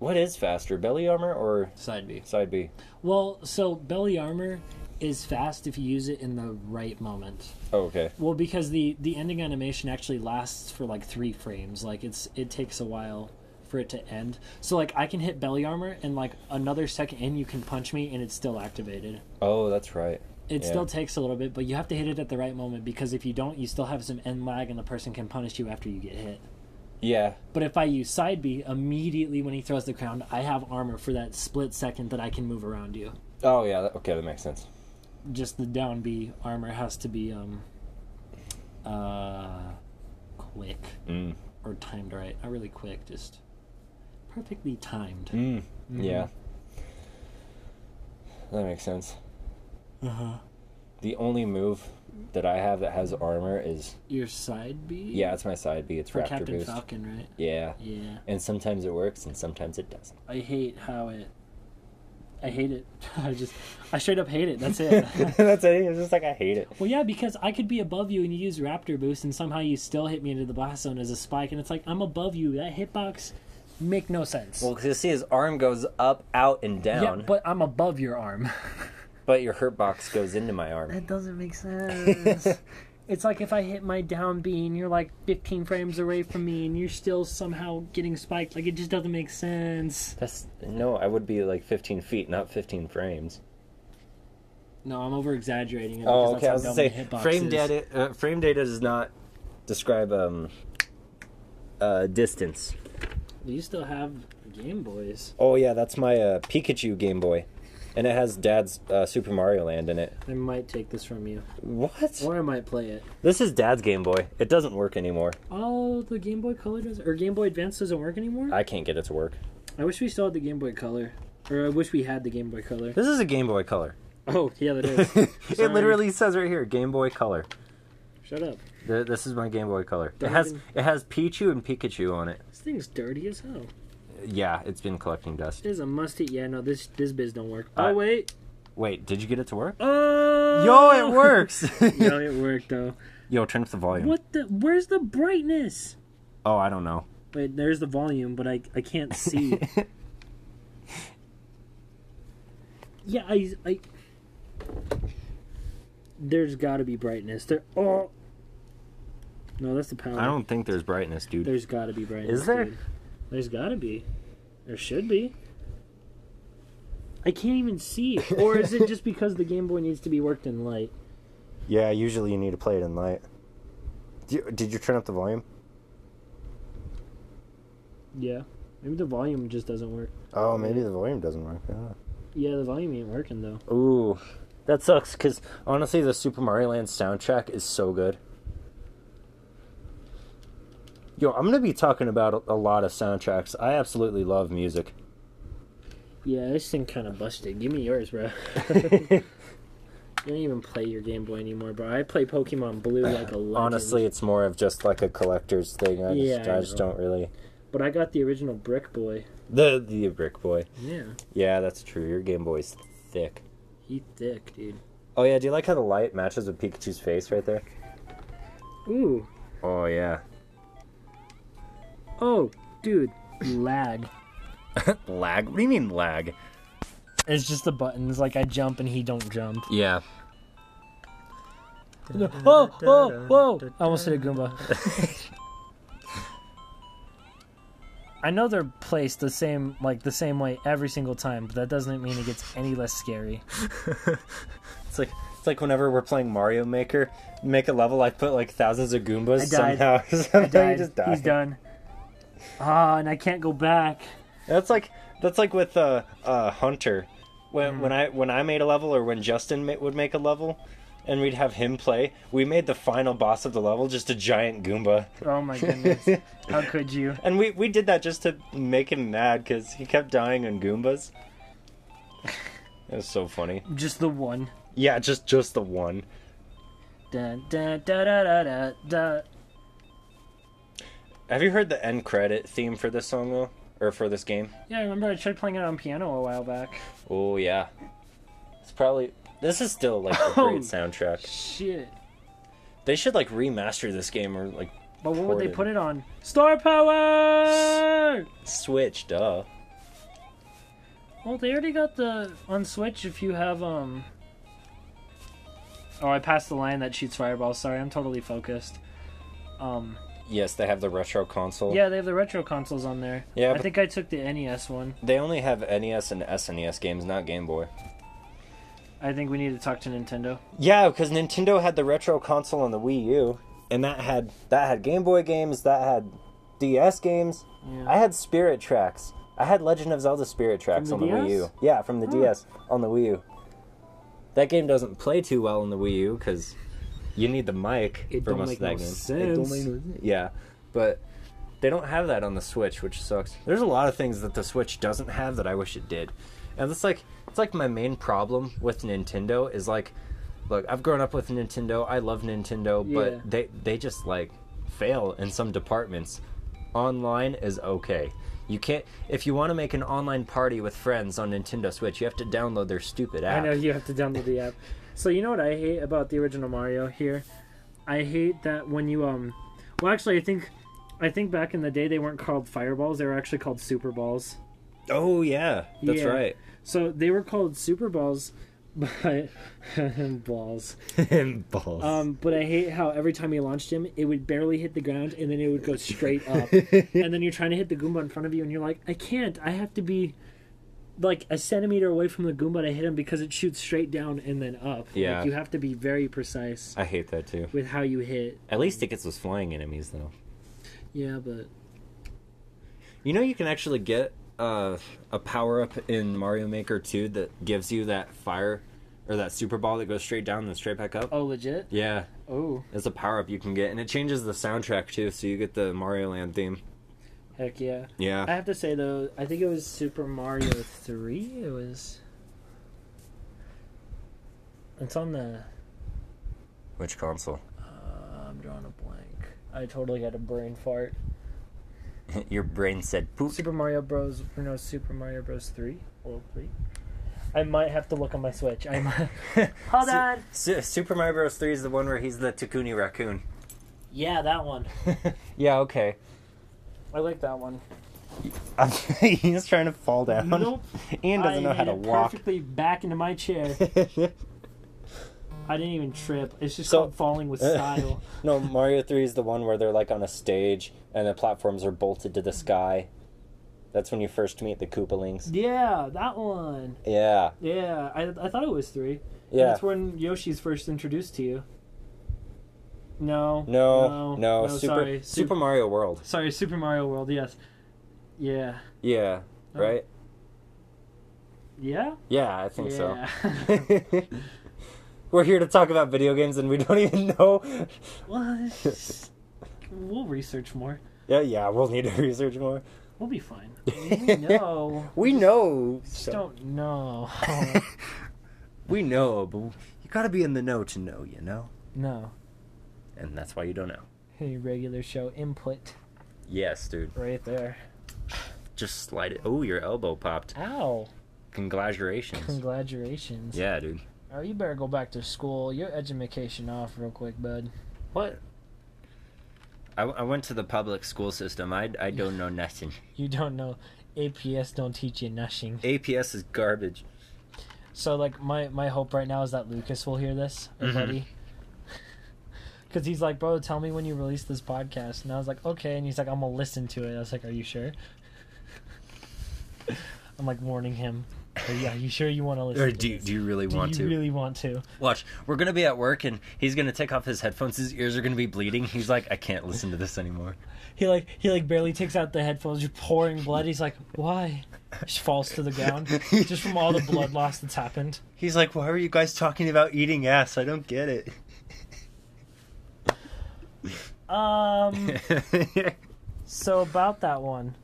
Speaker 1: What is faster, belly armor or
Speaker 2: side B.
Speaker 1: side B?
Speaker 2: Well, so belly armor is fast if you use it in the right moment.
Speaker 1: Oh, okay.
Speaker 2: Well, because the the ending animation actually lasts for like three frames. Like it's it takes a while for it to end. So like I can hit belly armor and like another second in you can punch me and it's still activated.
Speaker 1: Oh, that's right.
Speaker 2: It
Speaker 1: Yeah.
Speaker 2: still takes a little bit, but you have to hit it at the right moment because if you don't, you still have some end lag and the person can punish you after you get hit.
Speaker 1: Yeah.
Speaker 2: But if I use side B immediately when he throws the crown, I have armor for that split second that I can move around you.
Speaker 1: Oh, yeah. That, okay, that makes sense.
Speaker 2: Just the down B armor has to be um uh quick
Speaker 1: Mm.
Speaker 2: or timed right. Not really quick, just perfectly timed.
Speaker 1: Mm.
Speaker 2: Mm-hmm.
Speaker 1: Yeah. That makes sense.
Speaker 2: Uh-huh.
Speaker 1: The only move that I have that has armor is
Speaker 2: Your side B?
Speaker 1: yeah, it's my side B. It's
Speaker 2: For
Speaker 1: Raptor
Speaker 2: Captain
Speaker 1: Boost.
Speaker 2: Falcon, right?
Speaker 1: Yeah.
Speaker 2: Yeah.
Speaker 1: And sometimes it works and sometimes it doesn't.
Speaker 2: I hate how it. I hate it. I just. I straight up hate it. That's it.
Speaker 1: That's it. It's just like I hate it.
Speaker 2: well, yeah, because I could be above you and you use Raptor Boost and somehow you still hit me into the blast zone as a spike, and it's like, I'm above you. That hitbox make no sense.
Speaker 1: Well, because you see his arm goes up, out, and
Speaker 2: yeah,
Speaker 1: down, but...
Speaker 2: but I'm above your arm.
Speaker 1: your hurt box goes into my arm.
Speaker 2: That doesn't make sense. it's like if I hit my down B and you're like 15 frames away from me and you're still somehow getting spiked. Like, it just doesn't make sense.
Speaker 1: That's no. I would be like 15 feet, not 15 frames.
Speaker 2: No, I'm over exaggerating.
Speaker 1: Oh, okay. I was gonna say frame data. Uh, frame data does not describe um uh distance.
Speaker 2: You still have Game Boys.
Speaker 1: Oh yeah, that's my uh, Pikachu Game Boy, and it has Dad's uh, Super Mario Land in it.
Speaker 2: I might take this from you,
Speaker 1: What?
Speaker 2: or I might play it.
Speaker 1: This is Dad's Game Boy. It doesn't work anymore.
Speaker 2: Oh, the Game Boy Color doesn't, or Game Boy Advance doesn't work anymore. I,
Speaker 1: I can't get it to work.
Speaker 2: wish we still had the Game Boy Color, or I wish we had the Game Boy Color.
Speaker 1: This is a Game Boy Color.
Speaker 2: Oh, yeah, that is.
Speaker 1: it
Speaker 2: Sorry.
Speaker 1: literally says right here, Game Boy Color.
Speaker 2: Shut up.
Speaker 1: Th- This is my Game Boy Color. It
Speaker 2: Don't
Speaker 1: has
Speaker 2: even-
Speaker 1: it has Pichu and Pikachu on it.
Speaker 2: This thing's dirty as hell.
Speaker 1: Yeah, it's been collecting dust.
Speaker 2: It is a musty. Yeah, no, this this biz don't work. Oh
Speaker 1: Uh,
Speaker 2: wait.
Speaker 1: Wait, did you get it to work?
Speaker 2: Oh.
Speaker 1: Yo, it works.
Speaker 2: no, it worked though.
Speaker 1: Yo, turn up the volume.
Speaker 2: What the? Where's the brightness?
Speaker 1: Oh, I don't know.
Speaker 2: Wait, there's the volume, but I I can't see. yeah, I I. There's got to be brightness. There. Oh. No, that's the power.
Speaker 1: I don't think there's brightness, dude.
Speaker 2: There's got to be brightness.
Speaker 1: Is there?
Speaker 2: dude. There's got to be. There should be. I can't even see. Or is it just because the Game Boy needs to be worked in light?
Speaker 1: Yeah, usually you need to play it in light. Did you, did you turn up the volume?
Speaker 2: Yeah. Maybe the volume just doesn't work.
Speaker 1: Oh, maybe the volume doesn't work.
Speaker 2: Yeah, the volume ain't working though.
Speaker 1: Ooh, that sucks. Cause honestly, the Super Mario Land soundtrack is so good. Yo, I'm gonna be talking about a, a lot of soundtracks. I absolutely love music.
Speaker 2: Yeah, this thing kind of busted. Give me yours, bro. I don't even play your Game Boy anymore, bro. I play Pokemon Blue like a lot.
Speaker 1: honestly, it's more of just like a collector's thing. I just,
Speaker 2: Yeah, I
Speaker 1: I just
Speaker 2: know.
Speaker 1: don't really.
Speaker 2: but I got the original Brick Boy.
Speaker 1: The the Brick Boy.
Speaker 2: Yeah,
Speaker 1: Yeah, that's true. Your Game Boy's thick.
Speaker 2: he thick, dude.
Speaker 1: Oh yeah, do you like how the light matches with Pikachu's face right there?
Speaker 2: Ooh,
Speaker 1: Oh yeah.
Speaker 2: oh, dude, lag.
Speaker 1: Lag? What do you mean lag?
Speaker 2: It's just the buttons. Like I jump and he don't jump.
Speaker 1: Yeah.
Speaker 2: Whoa, whoa, whoa! Oh, I almost hit a Goomba. I know they're placed the same, like the same way every single time, but that doesn't mean it gets any less scary.
Speaker 1: It's like it's like whenever we're playing Mario Maker, make a level, I put like thousands of Goombas
Speaker 2: I died.
Speaker 1: somehow. somehow you
Speaker 2: Died.
Speaker 1: just die.
Speaker 2: He's done. Ah, and I can't go back.
Speaker 1: That's like that's like with uh, uh Hunter. When
Speaker 2: Mm.
Speaker 1: when I when I made a level or when Justin ma- would make a level and we'd have him play, we made the final boss of the level just a giant Goomba.
Speaker 2: Oh my goodness. How could you?
Speaker 1: And we, we did that just to make him mad because he kept dying on Goombas. It was so funny.
Speaker 2: Just the one.
Speaker 1: Yeah, just just the one.
Speaker 2: Dun, dun, da, da, da, da, da.
Speaker 1: Have you heard the end credit theme for this song though, or for this game?
Speaker 2: Yeah, I remember I tried playing it on piano a while back.
Speaker 1: Oh yeah, it's probably this is still like a
Speaker 2: Oh.
Speaker 1: great soundtrack.
Speaker 2: Shit.
Speaker 1: They should like remaster this game or like
Speaker 2: But what would they
Speaker 1: Recorded.
Speaker 2: put it on? Star Power!
Speaker 1: switch. Duh.
Speaker 2: Well, they already got the. On Switch, if you have, um. Oh, I passed the line that shoots fireballs. Sorry, I'm totally focused. Um,
Speaker 1: yes, they have the retro console.
Speaker 2: Yeah, they have the retro consoles on there.
Speaker 1: Yeah,
Speaker 2: I
Speaker 1: but-
Speaker 2: think I took the NES one.
Speaker 1: They only have NES and SNES games, not Game Boy.
Speaker 2: I think we need to talk to Nintendo.
Speaker 1: Yeah, because Nintendo had the retro console on the Wii U, and that had that had Game Boy games, that had DS games.
Speaker 2: Yeah.
Speaker 1: I had Spirit Tracks. I had Legend of Zelda Spirit Tracks
Speaker 2: the
Speaker 1: on the Wii
Speaker 2: DS?
Speaker 1: U. Yeah, from the
Speaker 2: Hmm.
Speaker 1: DS on the Wii U. That game doesn't play too well on the Wii U because you need the mic
Speaker 2: It
Speaker 1: for
Speaker 2: don't
Speaker 1: most
Speaker 2: make
Speaker 1: of that
Speaker 2: no
Speaker 1: game.
Speaker 2: sense.
Speaker 1: yeah, but they don't have that on the Switch, which sucks. There's a lot of things that the Switch doesn't have that I wish it did, and it's like it's like my main problem with Nintendo is like, look, I've grown up with Nintendo. I love Nintendo,
Speaker 2: Yeah.
Speaker 1: but they they just like fail in some departments. Online is okay. You can't if you want to make an online party with friends on Nintendo Switch, you have to download their stupid
Speaker 2: I
Speaker 1: app.
Speaker 2: know you have to download the app. So you know what I hate about the original Mario here? I hate that when you um well actually I think I think back in the day they weren't called fireballs, they were actually called super balls.
Speaker 1: Oh yeah, that's
Speaker 2: Yeah.
Speaker 1: right.
Speaker 2: So they were called super balls but balls.
Speaker 1: Balls.
Speaker 2: Um, but I hate how every time you launched him, it would barely hit the ground and then it would go straight up. and then you're trying to hit the Goomba in front of you and you're like, I can't. I have to be like a centimeter away from the Goomba to hit him because it shoots straight down and then up.
Speaker 1: Yeah.
Speaker 2: Like, you have to be very precise
Speaker 1: I hate that too.
Speaker 2: with how you hit.
Speaker 1: At least it gets those flying enemies though.
Speaker 2: Yeah, but
Speaker 1: You know, you can actually get uh, a power up in Mario Maker 2 that gives you that fire or that super ball that goes straight down and straight back up.
Speaker 2: oh, legit.
Speaker 1: Yeah,
Speaker 2: Oh,
Speaker 1: it's a power up you can get, and it changes the soundtrack too, so you get the Mario Land theme.
Speaker 2: heck yeah. I
Speaker 1: Yeah,
Speaker 2: have to say though, I think it was Super Mario Three. It was. It's on the.
Speaker 1: which console?
Speaker 2: Uh, I'm drawing a blank. I totally got a brain fart.
Speaker 1: Your brain said poop.
Speaker 2: Super Mario Bros. Or no, Super Mario Bros. Three or three. I might have to look on my Switch. I might. Hold
Speaker 1: Su-
Speaker 2: on.
Speaker 1: Su- Super Mario Bros. 3 is the one where he's the Takuni raccoon.
Speaker 2: Yeah, that one.
Speaker 1: yeah, okay.
Speaker 2: I like that one.
Speaker 1: he's trying to fall down.
Speaker 2: Nope.
Speaker 1: Ian doesn't
Speaker 2: I
Speaker 1: know how to
Speaker 2: made it
Speaker 1: walk.
Speaker 2: Perfectly back into my chair. I didn't even trip. It's just
Speaker 1: So-
Speaker 2: called falling with style.
Speaker 1: no, Mario 3 is the one where they're like on a stage and the platforms are bolted to the sky. That's when you first meet the Koopalings.
Speaker 2: yeah, that one.
Speaker 1: Yeah,
Speaker 2: Yeah, I, I thought it was three.
Speaker 1: yeah.
Speaker 2: That's when Yoshi's first introduced to you. No.
Speaker 1: no, no, Super,
Speaker 2: sorry.
Speaker 1: Super
Speaker 2: Super.
Speaker 1: Mario World.
Speaker 2: Sorry, Super Mario World. Yes. Yeah.
Speaker 1: Yeah,
Speaker 2: Oh.
Speaker 1: right?
Speaker 2: Yeah.
Speaker 1: Yeah, I think
Speaker 2: yeah.
Speaker 1: so. We're here to talk about video games and we don't even know.
Speaker 2: Well, it's- we'll research more.
Speaker 1: Yeah, yeah, we'll need to research more.
Speaker 2: We'll be fine. We know.
Speaker 1: We know.
Speaker 2: Just don't know.
Speaker 1: we know, but you gotta be in the know to know, you know?
Speaker 2: no.
Speaker 1: And that's why you don't know.
Speaker 2: Hey, regular show input
Speaker 1: Yes, dude.
Speaker 2: right there.
Speaker 1: Just slide it. Oh, your elbow popped.
Speaker 2: Ow.
Speaker 1: Congratulations.
Speaker 2: Congratulations.
Speaker 1: yeah, dude.
Speaker 2: Oh, you better go back to school. Your education off real quick, bud.
Speaker 1: What? I, I went to the public school system. I, I don't know nothing.
Speaker 2: You don't know. APS don't teach you nothing.
Speaker 1: APS is garbage.
Speaker 2: So, like, my, my hope right now is that Lucas will hear this, our
Speaker 1: Mhm.
Speaker 2: buddy. Because he's like, bro, tell me when you release this podcast. And I was like, okay. And he's like, I'm going to listen to it. I was like, are you sure? I'm like warning him. Are you, are you sure you want to listen
Speaker 1: Or
Speaker 2: to
Speaker 1: do,
Speaker 2: this?
Speaker 1: do you really
Speaker 2: Do
Speaker 1: want to?
Speaker 2: you really want to?
Speaker 1: Watch, we're going to be at work and he's going to take off his headphones. His ears are going to be bleeding. He's like, I can't listen to this anymore.
Speaker 2: He like he like barely takes out the headphones, just pouring blood. He's like, why? Just falls to the ground, just from all the blood loss that's happened.
Speaker 1: He's like, Why are you guys talking about eating ass? I don't get it.
Speaker 2: Um. So about that one,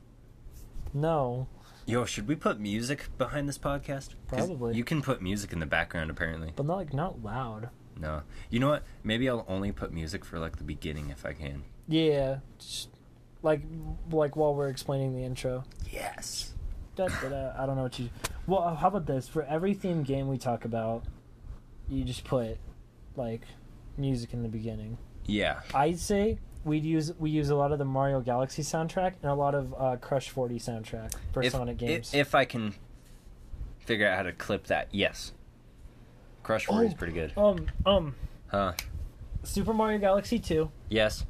Speaker 2: no.
Speaker 1: Yo, should we put music behind this podcast? 'Cause
Speaker 2: Probably.
Speaker 1: You can put music in the background, apparently.
Speaker 2: But not like not loud.
Speaker 1: No. You know what? Maybe I'll only put music for like the beginning if I can.
Speaker 2: Yeah, just, like like while we're explaining the intro.
Speaker 1: Yes.
Speaker 2: Da, da, da, I don't know what you. Well, how about this? For every theme game we talk about, you just put like music in the beginning.
Speaker 1: Yeah.
Speaker 2: I'd say we'd use we use a lot of the Mario Galaxy soundtrack and a lot of uh, Crush Forty soundtrack for
Speaker 1: if,
Speaker 2: Sonic
Speaker 1: i-
Speaker 2: games.
Speaker 1: If I can figure out how to clip that, yes. Crush 4 is
Speaker 2: Oh.
Speaker 1: pretty good.
Speaker 2: um um
Speaker 1: Huh.
Speaker 2: Super Mario Galaxy Two,
Speaker 1: Yes.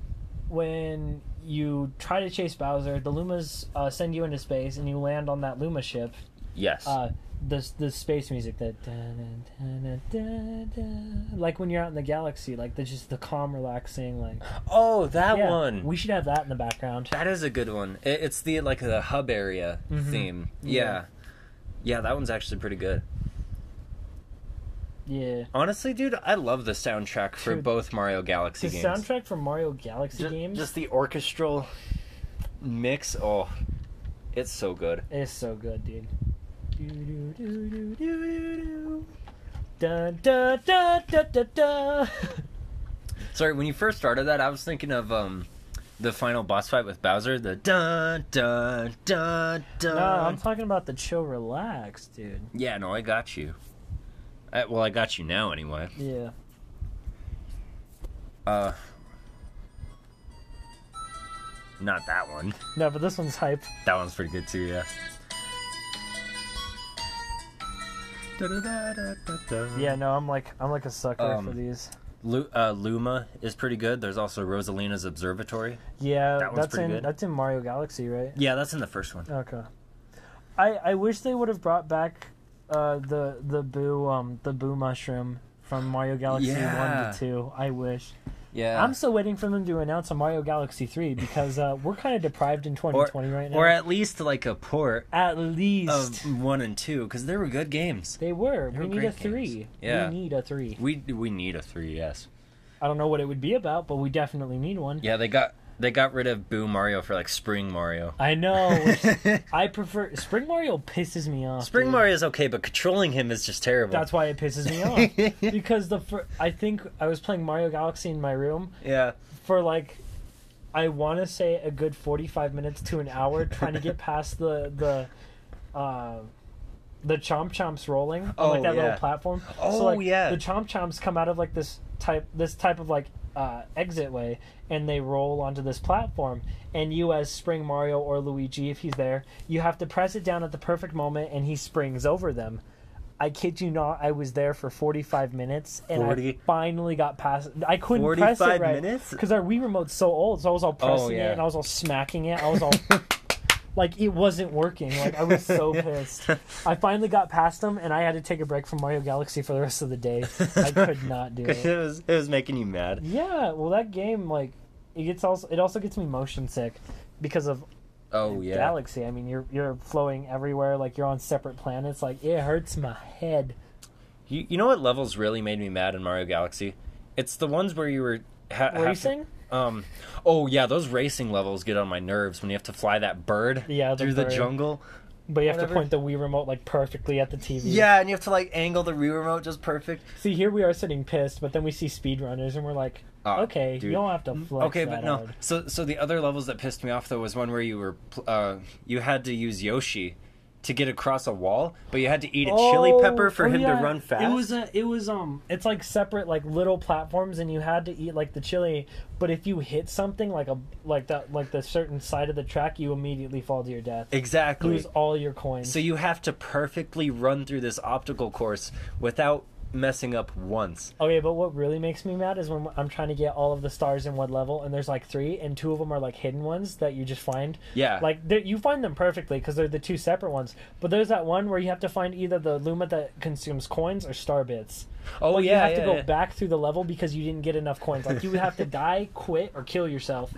Speaker 2: when you try to chase Bowser, the Lumas uh, send you into space, and you land on that Luma ship.
Speaker 1: Yes.
Speaker 2: Uh, the the space music that dun, dun, dun, dun, dun, like when you're out in the galaxy, like the just the calm, relaxing, like
Speaker 1: oh, that
Speaker 2: Yeah,
Speaker 1: one.
Speaker 2: We should have that in the background.
Speaker 1: that is a good one. It, it's the like the hub area
Speaker 2: Mhm.
Speaker 1: theme.
Speaker 2: Yeah.
Speaker 1: yeah. Yeah, that one's actually pretty good.
Speaker 2: Yeah.
Speaker 1: Honestly, dude, I love the soundtrack for
Speaker 2: Dude,
Speaker 1: both Mario Galaxy
Speaker 2: The
Speaker 1: games.
Speaker 2: soundtrack for Mario Galaxy
Speaker 1: Ju-
Speaker 2: games
Speaker 1: Just the orchestral mix. Oh, it's so good.
Speaker 2: is so good, dude. Do, do, do, do, do, do. Dun, dun, dun, dun, dun, dun.
Speaker 1: Sorry, when you first started that, I was thinking of um, the final boss fight with Bowser. The dun dun dun dun.
Speaker 2: no, I'm talking about the chill, relax, dude.
Speaker 1: yeah, no, I got you. I, well, I got you now anyway.
Speaker 2: Yeah.
Speaker 1: Uh, not that one.
Speaker 2: No, but this one's hype.
Speaker 1: That one's pretty good too, yeah.
Speaker 2: Yeah, no, I'm like I'm like a sucker
Speaker 1: Um,
Speaker 2: for these.
Speaker 1: Lu- uh, Luma is pretty good. There's also Rosalina's Observatory.
Speaker 2: Yeah,
Speaker 1: that one's
Speaker 2: that's
Speaker 1: pretty
Speaker 2: in
Speaker 1: good.
Speaker 2: that's in Mario Galaxy, right?
Speaker 1: Yeah, that's in the first one.
Speaker 2: Okay. I I wish they would have brought back uh the the boo um the boo mushroom from Mario Galaxy
Speaker 1: Yeah.
Speaker 2: 1 to 2. I wish.
Speaker 1: Yeah.
Speaker 2: I'm still waiting for them to announce a Mario Galaxy 3 because uh we're kind of deprived in 2020 right now.
Speaker 1: Or at least like a port
Speaker 2: At least
Speaker 1: of one and two, because they were good games.
Speaker 2: they were.
Speaker 1: were
Speaker 2: We need a
Speaker 1: great games.
Speaker 2: 3.
Speaker 1: Yeah.
Speaker 2: We need a 3.
Speaker 1: We we need a three, yes.
Speaker 2: I don't know what it would be about, but we definitely need one.
Speaker 1: Yeah, they got they got rid of Boo Mario for like Spring Mario.
Speaker 2: I know. which- I prefer Spring Mario pisses me off.
Speaker 1: Spring
Speaker 2: dude.
Speaker 1: Mario is okay, but controlling him is just terrible.
Speaker 2: That's why it pisses me off because the fir- I think I was playing Mario Galaxy in my room
Speaker 1: yeah.
Speaker 2: for like I want to say a good 45 minutes to an hour trying to get past the the uh the chomp chomps rolling on
Speaker 1: Oh,
Speaker 2: like that
Speaker 1: yeah.
Speaker 2: little platform.
Speaker 1: Oh,
Speaker 2: so, like,
Speaker 1: yeah.
Speaker 2: The chomp chomps come out of like this type this type of like uh, exit way, and they roll onto this platform. And you, as Spring Mario or Luigi, if he's there, you have to press it down at the perfect moment, and he springs over them. I kid you not, I was there for 45 minutes, and
Speaker 1: 40?
Speaker 2: I finally got past. I couldn't press it
Speaker 1: 45
Speaker 2: right
Speaker 1: minutes?
Speaker 2: because our Wii remote's so old, so I was all pressing
Speaker 1: Oh, yeah.
Speaker 2: it and I was all smacking it. I was all like it wasn't working. Like I was so pissed. I finally got past them and I had to take a break from Mario Galaxy for the rest of the day. I could not do
Speaker 1: It
Speaker 2: it.
Speaker 1: was it was making you mad.
Speaker 2: Yeah, well that game like it gets also it also gets me motion sick because of
Speaker 1: Oh yeah.
Speaker 2: Galaxy. I mean you're you're flowing everywhere like you're on separate planets like it hurts my head.
Speaker 1: You, you know what levels really made me mad in Mario Galaxy? It's the ones where you were ha- have to-
Speaker 2: Racing?
Speaker 1: um, oh yeah, those racing levels get on my nerves when you have to fly that bird
Speaker 2: Yeah, the
Speaker 1: through
Speaker 2: bird.
Speaker 1: the jungle.
Speaker 2: But you have
Speaker 1: Whatever.
Speaker 2: to point the Wii remote like perfectly at the TV.
Speaker 1: Yeah, and you have to like angle the Wii remote just perfect.
Speaker 2: See, here we are sitting pissed, but then we see speedrunners and we're like,
Speaker 1: Ah,
Speaker 2: okay,
Speaker 1: dude.
Speaker 2: you don't have to flex
Speaker 1: Hmm? Okay, but
Speaker 2: that
Speaker 1: no.
Speaker 2: hard.
Speaker 1: So so the other levels that pissed me off though was one where you were pl- uh, you had to use Yoshi to get across a wall, but you had to eat a chili pepper for
Speaker 2: Oh,
Speaker 1: him
Speaker 2: yeah.
Speaker 1: to run fast.
Speaker 2: It was a, it was um, it's like separate like little platforms, and you had to eat like the chili. But if you hit something like a like that like the certain side of the track, you immediately fall to your death,
Speaker 1: exactly.
Speaker 2: lose all your coins.
Speaker 1: So you have to perfectly run through this optical course without messing up once.
Speaker 2: Okay, but what really makes me mad is when I'm trying to get all of the stars in one level, and there's like three, and two of them are like hidden ones that you just find.
Speaker 1: Yeah.
Speaker 2: Like they're- you find them perfectly because they're the two separate ones. But there's that one where you have to find either the Luma that consumes coins or star bits.
Speaker 1: Oh
Speaker 2: But
Speaker 1: yeah,
Speaker 2: you have
Speaker 1: yeah,
Speaker 2: to go
Speaker 1: yeah.
Speaker 2: back through the level because you didn't get enough coins. Like you would have to die, quit, or kill yourself.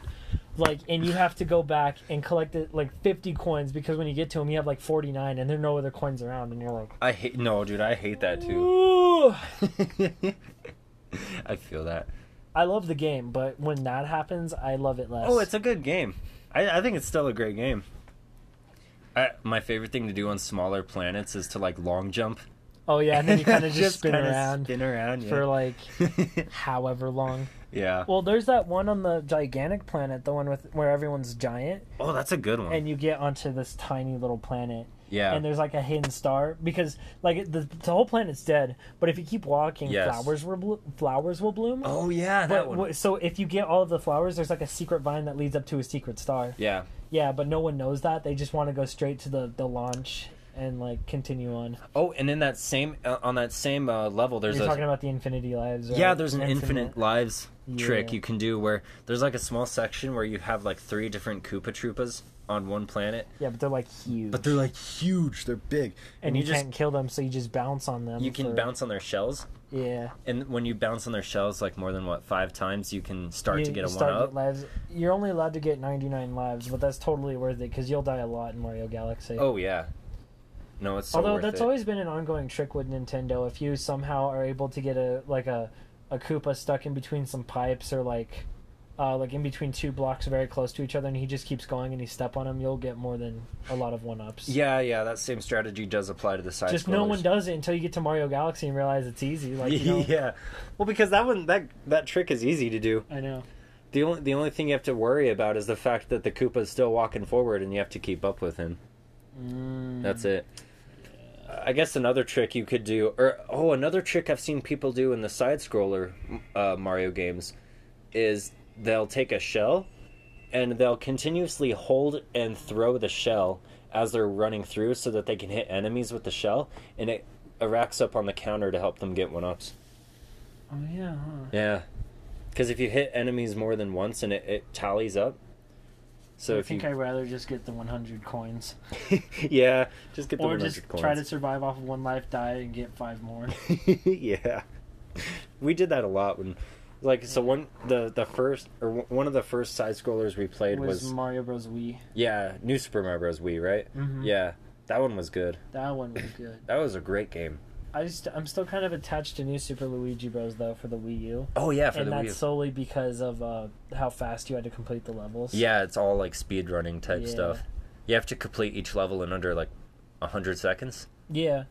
Speaker 2: Like and you have to go back and collect it, like 50 coins because when you get to them, you have like 49, and there are no other coins around, and you're like,
Speaker 1: I hate no, dude. I hate that too.
Speaker 2: ooh.
Speaker 1: I feel that.
Speaker 2: I love the game, but when that happens, I love it less.
Speaker 1: Oh, it's a good game. I, I think it's still a great game. I, my favorite thing to do on smaller planets is to like long jump
Speaker 2: oh yeah, and then you kind of just, spin
Speaker 1: kinda
Speaker 2: around
Speaker 1: spin around yeah.
Speaker 2: for like however long.
Speaker 1: yeah.
Speaker 2: Well, there's that one on the gigantic planet, the one with where everyone's giant,
Speaker 1: oh, that's a good one.
Speaker 2: and you get onto this tiny little planet,
Speaker 1: yeah.
Speaker 2: and there's like a hidden star because like it- the, the whole planet's dead, but if you keep walking,
Speaker 1: Yes.
Speaker 2: flowers will blo- flowers will bloom.
Speaker 1: oh yeah, that
Speaker 2: But
Speaker 1: one.
Speaker 2: wh- so if you get all of the flowers, there's like a secret vine that leads up to a secret star.
Speaker 1: yeah.
Speaker 2: Yeah, but no one knows that. They just want to go straight to the, the launch and like continue on.
Speaker 1: Oh, and in that same uh, on that same uh, level, there's
Speaker 2: You're
Speaker 1: a
Speaker 2: talking about the Infinity Lives. Or
Speaker 1: yeah, there's an
Speaker 2: Infinite-
Speaker 1: infinite lives trick
Speaker 2: Yeah.
Speaker 1: you can do where there's like a small section where you have like three different Koopa Troopas on one planet,
Speaker 2: Yeah, but they're like huge.
Speaker 1: but they're like huge, they're big,
Speaker 2: and you,
Speaker 1: just
Speaker 2: can't kill them, so you just bounce on them.
Speaker 1: you can
Speaker 2: for-
Speaker 1: bounce on their shells,
Speaker 2: Yeah,
Speaker 1: and when you bounce on their shells like more than what five times, you can start
Speaker 2: you,
Speaker 1: to get
Speaker 2: you
Speaker 1: a one
Speaker 2: start
Speaker 1: up.
Speaker 2: get lives. You're only allowed to get 99 lives, but that's totally worth it because you'll die a lot in Mario Galaxy.
Speaker 1: Oh yeah, no, it's so
Speaker 2: Although
Speaker 1: worth
Speaker 2: that's
Speaker 1: it.
Speaker 2: always been an ongoing trick with Nintendo. If you somehow are able to get a like a a Koopa stuck in between some pipes or like uh, like in between two blocks very close to each other, and he just keeps going and you step on him, you'll get more than a lot of one ups.
Speaker 1: yeah, yeah, that same strategy does apply to the side.
Speaker 2: Just no
Speaker 1: scrollers.
Speaker 2: one does it until you get to Mario Galaxy and realize it's easy. Like you know,
Speaker 1: yeah, well, because that one that that trick is easy to do.
Speaker 2: I know.
Speaker 1: The only the only thing you have to worry about is the fact that the Koopa is still walking forward and you have to keep up with him. That's it. I guess another trick you could do, or oh, another trick I've seen people do in the side scroller uh, Mario games, is they'll take a shell, and they'll continuously hold and throw the shell as they're running through, so that they can hit enemies with the shell, and it racks up on the counter to help them get one ups.
Speaker 2: Oh yeah. Huh.
Speaker 1: Yeah, because if you hit enemies more than once and it, it tallies up, so
Speaker 2: I
Speaker 1: if you
Speaker 2: think I'd rather just get the 100 coins,
Speaker 1: yeah, just get the
Speaker 2: or
Speaker 1: 100
Speaker 2: just
Speaker 1: coins.
Speaker 2: try to survive off of one life, die, and get five more.
Speaker 1: yeah, we did that a lot when, like, so one the the first or w- one of the first side scrollers we played
Speaker 2: It was,
Speaker 1: was,
Speaker 2: Mario Bros. Wii.
Speaker 1: yeah New Super Mario Bros. Wii, right?
Speaker 2: Mhm.
Speaker 1: Yeah, that one was good.
Speaker 2: That one was good.
Speaker 1: That was a great game.
Speaker 2: I just I'm still kind of attached to New Super Luigi Bros. though for the Wii U,
Speaker 1: Oh yeah, for
Speaker 2: and
Speaker 1: the
Speaker 2: that's
Speaker 1: Wii. U.
Speaker 2: solely because of uh, how fast you had to complete the levels.
Speaker 1: yeah, it's all like speed running type
Speaker 2: Yeah.
Speaker 1: stuff. You have to complete each level in under like hundred seconds.
Speaker 2: yeah,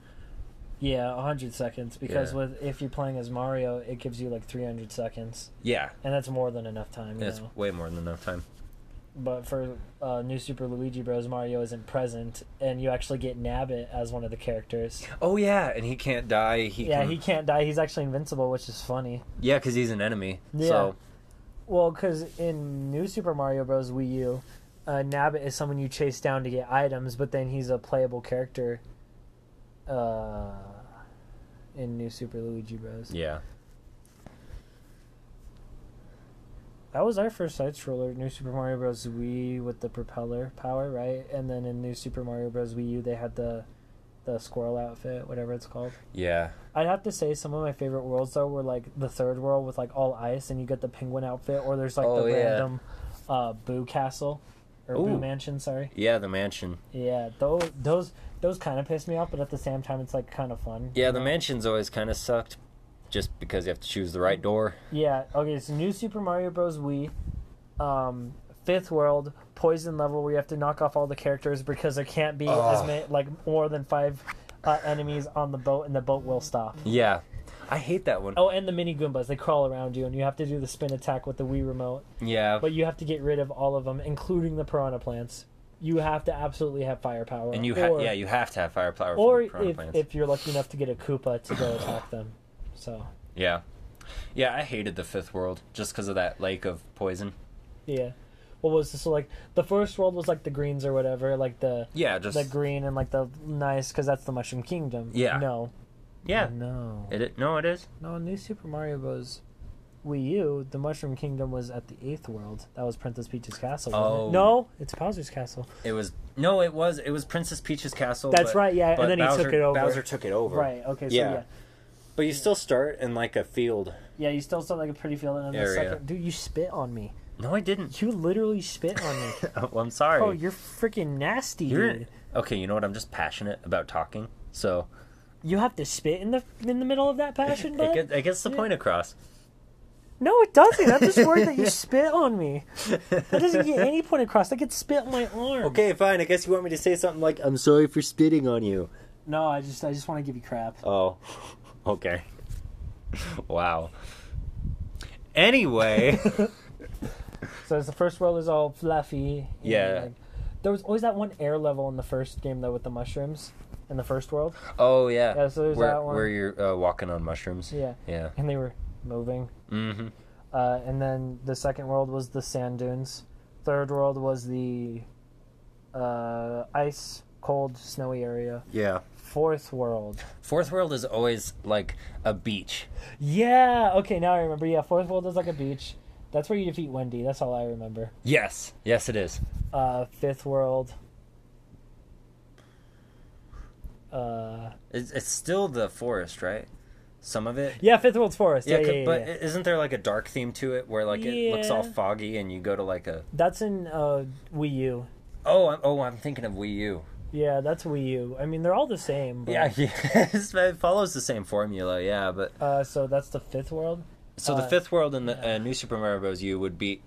Speaker 2: yeah, 100 seconds. Because
Speaker 1: Yeah.
Speaker 2: with if you're playing as Mario, it gives you like 300 seconds,
Speaker 1: Yeah,
Speaker 2: and that's more than enough time. You
Speaker 1: that's
Speaker 2: know?
Speaker 1: way more than enough time.
Speaker 2: But for uh, New Super Luigi Bros, Mario isn't present, and you actually get Nabbit as one of the characters.
Speaker 1: Oh yeah, and he can't die. He
Speaker 2: yeah,
Speaker 1: can...
Speaker 2: he can't die. He's actually invincible, which is funny.
Speaker 1: yeah, because he's an enemy.
Speaker 2: Yeah.
Speaker 1: So
Speaker 2: Well, because in New Super Mario Bros. Wii U, uh, Nabbit is someone you chase down to get items, but then he's a playable character. Uh, in New Super Luigi Bros.
Speaker 1: yeah,
Speaker 2: That was our first side scroller, New Super Mario Bros. Wii with the propeller power, right? And then in New Super Mario Bros. Wii U, they had the the squirrel outfit, whatever it's called.
Speaker 1: yeah,
Speaker 2: I'd have to say some of my favorite worlds though were like the third world with like all ice and you get the penguin outfit, or there's like
Speaker 1: Oh,
Speaker 2: the
Speaker 1: yeah.
Speaker 2: random uh, Boo Castle or Boo
Speaker 1: Ooh.
Speaker 2: Mansion. Sorry,
Speaker 1: yeah. The mansion.
Speaker 2: yeah, those those those kind of piss me off, but at the same time, it's like kind of fun.
Speaker 1: Yeah,
Speaker 2: you
Speaker 1: the
Speaker 2: know?
Speaker 1: mansion's always kind of sucked, just because you have to choose the right door.
Speaker 2: Yeah. Okay. So new Super Mario Bros. Wii, um, fifth world poison level where you have to knock off all the characters because there can't be as
Speaker 1: Ugh.
Speaker 2: many like more than five uh, enemies on the boat, and the boat will stop.
Speaker 1: Yeah, I hate that one.
Speaker 2: Oh, and the mini Goombas. They crawl around you, and you have to do the spin attack with the Wii remote.
Speaker 1: yeah,
Speaker 2: But you have to get rid of all of them, including the piranha plants. You have to absolutely have firepower.
Speaker 1: and you
Speaker 2: or,
Speaker 1: ha- yeah you have to have firepower
Speaker 2: or
Speaker 1: for the piranha
Speaker 2: if,
Speaker 1: plants.
Speaker 2: if you're lucky enough to get a Koopa to go attack them. So,
Speaker 1: yeah, yeah. I hated the fifth world just because of that lake of poison.
Speaker 2: yeah. What was this? So, like, the first world was like the greens or whatever, like the
Speaker 1: Yeah, just
Speaker 2: the green and like the nice, because that's the Mushroom Kingdom.
Speaker 1: Yeah.
Speaker 2: No.
Speaker 1: yeah.
Speaker 2: No.
Speaker 1: It, i- no, it is.
Speaker 2: No, New Super Mario Bros. Wii U, the Mushroom Kingdom was at the eighth world. That was Princess Peach's castle. wasn't it?
Speaker 1: Oh.
Speaker 2: No, it's Bowser's castle.
Speaker 1: It was no, it was it was Princess Peach's castle.
Speaker 2: That's
Speaker 1: but-
Speaker 2: right, yeah, and
Speaker 1: but
Speaker 2: then he took
Speaker 1: Bowser-
Speaker 2: it over.
Speaker 1: Bowser took it over.
Speaker 2: Right. Okay. So
Speaker 1: Yeah.
Speaker 2: yeah,
Speaker 1: But you still start in like a field.
Speaker 2: yeah, you still sound like a pretty feeling on the
Speaker 1: Area.
Speaker 2: second. Dude, you spit on me.
Speaker 1: No, I didn't.
Speaker 2: You literally spit on me.
Speaker 1: well, I'm sorry.
Speaker 2: oh, you're freaking nasty,
Speaker 1: You're
Speaker 2: dude.
Speaker 1: okay. You know what? I'm just passionate about talking, so
Speaker 2: You have to spit in the in the middle of that passion,
Speaker 1: it
Speaker 2: bud.
Speaker 1: gets, it gets the point across.
Speaker 2: No, it doesn't. I'm just worried that you spit on me. That doesn't get any point across. That gets spit on my arm.
Speaker 1: Okay, fine. I guess you want me to say something like, "I'm sorry for spitting on you."
Speaker 2: No, I just I just want to give you crap.
Speaker 1: Oh, okay. wow. Anyway,
Speaker 2: So it's the first world is all fluffy. and,
Speaker 1: Yeah.
Speaker 2: like- there was always that one air level in the first game though with the mushrooms in the first world.
Speaker 1: oh yeah,
Speaker 2: Yeah, so there's
Speaker 1: where,
Speaker 2: that one.
Speaker 1: where you're uh, walking on mushrooms.
Speaker 2: Yeah.
Speaker 1: yeah.
Speaker 2: And they were moving.
Speaker 1: Mm-hmm.
Speaker 2: Uh, and then the second world was the sand dunes. Third world was the uh, ice cold, snowy area.
Speaker 1: Yeah.
Speaker 2: Fourth world.
Speaker 1: Fourth world is always like a beach.
Speaker 2: Yeah. Okay. Now I remember. Yeah. Fourth world is like a beach. That's where you defeat Wendy. That's all I remember.
Speaker 1: Yes. Yes, it is.
Speaker 2: Uh, fifth world. Uh,
Speaker 1: It's, it's still the forest, right? Some of it.
Speaker 2: yeah, fifth world's forest. Yeah, yeah,
Speaker 1: 'cause-
Speaker 2: yeah,
Speaker 1: but
Speaker 2: yeah.
Speaker 1: i- isn't there like a dark theme to it where like it looks all
Speaker 2: Yeah.
Speaker 1: foggy and you go to like a
Speaker 2: That's in uh, Wii U.
Speaker 1: oh I'm, oh I'm thinking of Wii U.
Speaker 2: Yeah, that's Wii U. I mean, they're all the same. But,
Speaker 1: Yeah, yeah. it follows the same formula. Yeah, but
Speaker 2: Uh, so that's the fifth world.
Speaker 1: so the
Speaker 2: Uh,
Speaker 1: fifth world and the uh, New Super Mario Bros. U would be,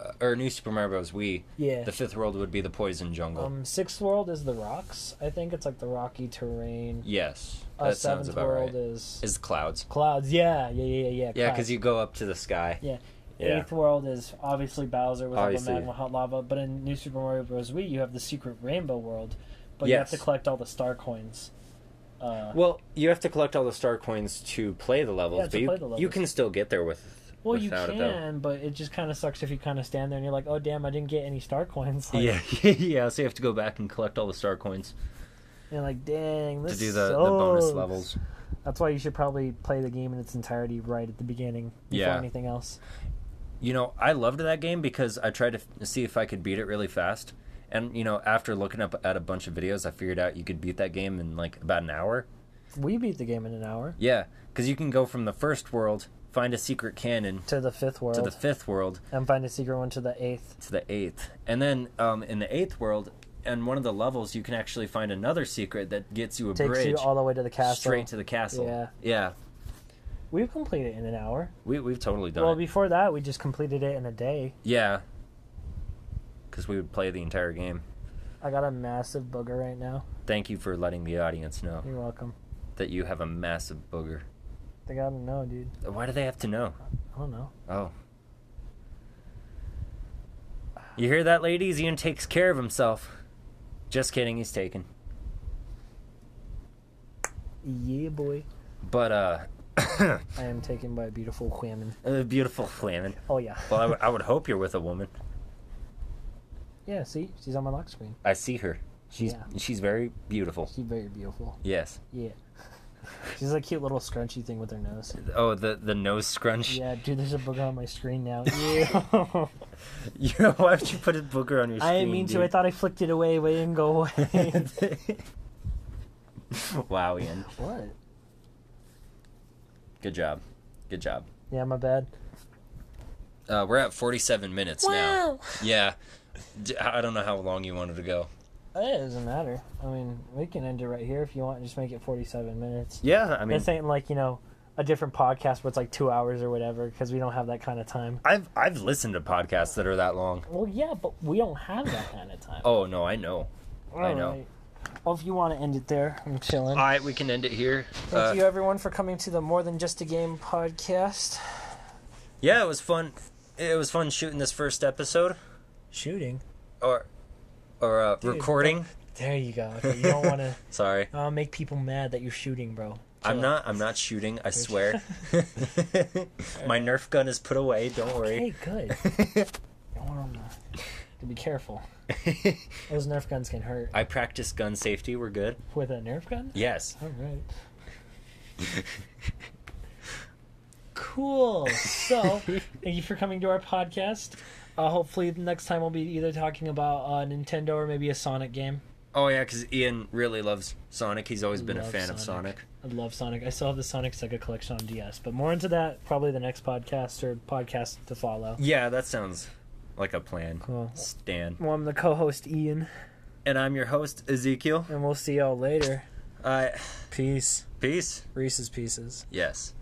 Speaker 1: uh, or New Super Mario Bros. Wii.
Speaker 2: Yeah.
Speaker 1: The fifth world would be the poison jungle.
Speaker 2: Um, sixth world is the rocks. I think it's like the rocky terrain.
Speaker 1: yes,
Speaker 2: Uh,
Speaker 1: that sounds
Speaker 2: seventh
Speaker 1: about
Speaker 2: world
Speaker 1: right.
Speaker 2: is
Speaker 1: Is clouds.
Speaker 2: clouds. Yeah, yeah, yeah, yeah.
Speaker 1: Yeah,
Speaker 2: clouds.
Speaker 1: because you go up to the sky.
Speaker 2: Yeah.
Speaker 1: Yeah.
Speaker 2: Eighth world is obviously Bowser with
Speaker 1: Obviously.
Speaker 2: all the magma hot lava, but in New Super Mario Bros. Wii, you have the secret rainbow world, but you have
Speaker 1: Yes.
Speaker 2: to collect all the star coins. Uh,
Speaker 1: Well, you have to collect all the star coins to play the levels,
Speaker 2: Yeah, to
Speaker 1: but you,
Speaker 2: play the
Speaker 1: you
Speaker 2: levels.
Speaker 1: can still get there with
Speaker 2: well, you
Speaker 1: without it though.
Speaker 2: can, but it just kind of sucks if you kind of stand there and you're like, "Oh, damn, I didn't get any star coins." Like,
Speaker 1: yeah, yeah. So you have to go back and collect all the star coins
Speaker 2: You're like, "Dang,
Speaker 1: to
Speaker 2: this
Speaker 1: do the, the bonus
Speaker 2: sucks."
Speaker 1: levels.
Speaker 2: That's why you should probably play the game in its entirety right at the beginning before
Speaker 1: Yeah.
Speaker 2: anything else.
Speaker 1: You know, I loved that game because I tried to f- see if I could beat it really fast. And you know, after looking up at a bunch of videos, I figured out you could beat that game in like about an hour.
Speaker 2: We beat the game in an hour
Speaker 1: Yeah, because you can go from the first world, find a secret cannon
Speaker 2: to the fifth world
Speaker 1: to the fifth world,
Speaker 2: and find a secret one to the eighth.
Speaker 1: to the eighth, and then um, in the eighth world, and one of the levels, you can actually find another secret that gets you a
Speaker 2: Takes
Speaker 1: bridge
Speaker 2: you all the way to the castle.
Speaker 1: straight to the castle.
Speaker 2: Yeah.
Speaker 1: yeah.
Speaker 2: We've completed it in an hour.
Speaker 1: We we've totally done.
Speaker 2: Well,
Speaker 1: it.
Speaker 2: before that, we just completed it in a day.
Speaker 1: Yeah. Because we would play the entire game.
Speaker 2: I got a massive booger right now.
Speaker 1: Thank you for letting the audience know
Speaker 2: You're welcome.
Speaker 1: that you have a massive booger.
Speaker 2: They gotta know, dude.
Speaker 1: Why do they have to know?
Speaker 2: I don't know.
Speaker 1: Oh. You hear that, ladies? Ian takes care of himself. Just kidding, he's taken.
Speaker 2: Yeah, boy.
Speaker 1: But, uh,
Speaker 2: I am taken by a beautiful woman.
Speaker 1: a beautiful woman.
Speaker 2: Oh yeah.
Speaker 1: Well, I, w- I would hope you're with a woman.
Speaker 2: yeah. See, she's on my lock screen.
Speaker 1: I see her. She's
Speaker 2: Yeah.
Speaker 1: she's very beautiful.
Speaker 2: She's very beautiful.
Speaker 1: Yes.
Speaker 2: Yeah. She's a cute little scrunchy thing with her nose.
Speaker 1: Oh, the the nose scrunch.
Speaker 2: Yeah, dude. There's a booger on my screen now. Yeah.
Speaker 1: Yo, why would you put a booger on your
Speaker 2: I
Speaker 1: screen?
Speaker 2: didn't mean
Speaker 1: dude?
Speaker 2: to. I thought I flicked it away, but it didn't go away.
Speaker 1: wow, Ian.
Speaker 2: what?
Speaker 1: Good job. Good job.
Speaker 2: Yeah, my bad.
Speaker 1: Uh, we're at 47 minutes now. Yeah. D- I don't know how long you wanted to go.
Speaker 2: Uh, It doesn't matter. I mean, we can end it right here if you want. and Just make it 47 minutes.
Speaker 1: Yeah, I mean,
Speaker 2: this ain't like you know a different podcast where it's like two hours or whatever because we don't have that kind of time.
Speaker 1: I've I've listened to podcasts that are that long.
Speaker 2: Well, yeah, but we don't have that kind of time.
Speaker 1: Oh no, I know. I know.
Speaker 2: Alright. Well, if you want to end it there, I'm chilling.
Speaker 1: All right, we can end it here.
Speaker 2: Thank
Speaker 1: Uh,
Speaker 2: you everyone for coming to the More Than Just a Game podcast.
Speaker 1: yeah, it was fun. It was fun shooting this first episode,
Speaker 2: Shooting.
Speaker 1: or or uh, recording.
Speaker 2: There you go. Okay, you don't want to
Speaker 1: Sorry,
Speaker 2: uh, make people mad that you're shooting, bro.
Speaker 1: I'm
Speaker 2: Chill.
Speaker 1: not. I'm not shooting. I swear. My Nerf gun is put away. Don't worry.
Speaker 2: Hey, good. You want to be careful. Those Nerf guns can hurt.
Speaker 1: I practice gun safety. We're good.
Speaker 2: With a Nerf gun?
Speaker 1: Yes.
Speaker 2: All right. cool. So, thank you for coming to our podcast. Uh, hopefully, the next time we'll be either talking about uh, Nintendo or maybe a Sonic game.
Speaker 1: Oh yeah, because Ian really loves Sonic. He's always been a
Speaker 2: Love
Speaker 1: fan of Sonic.
Speaker 2: I love Sonic. I still have the Sonic Sega collection on DS, but more into that probably the next podcast or podcast to follow.
Speaker 1: Yeah, that sounds like a plan.
Speaker 2: Cool.
Speaker 1: Stan.
Speaker 2: Well, I'm the co-host Ian,
Speaker 1: And I'm your host, Ezekiel.
Speaker 2: and we'll see y'all later.
Speaker 1: Uh,
Speaker 2: Peace.
Speaker 1: peace.
Speaker 2: Reese's Pieces.
Speaker 1: Yes.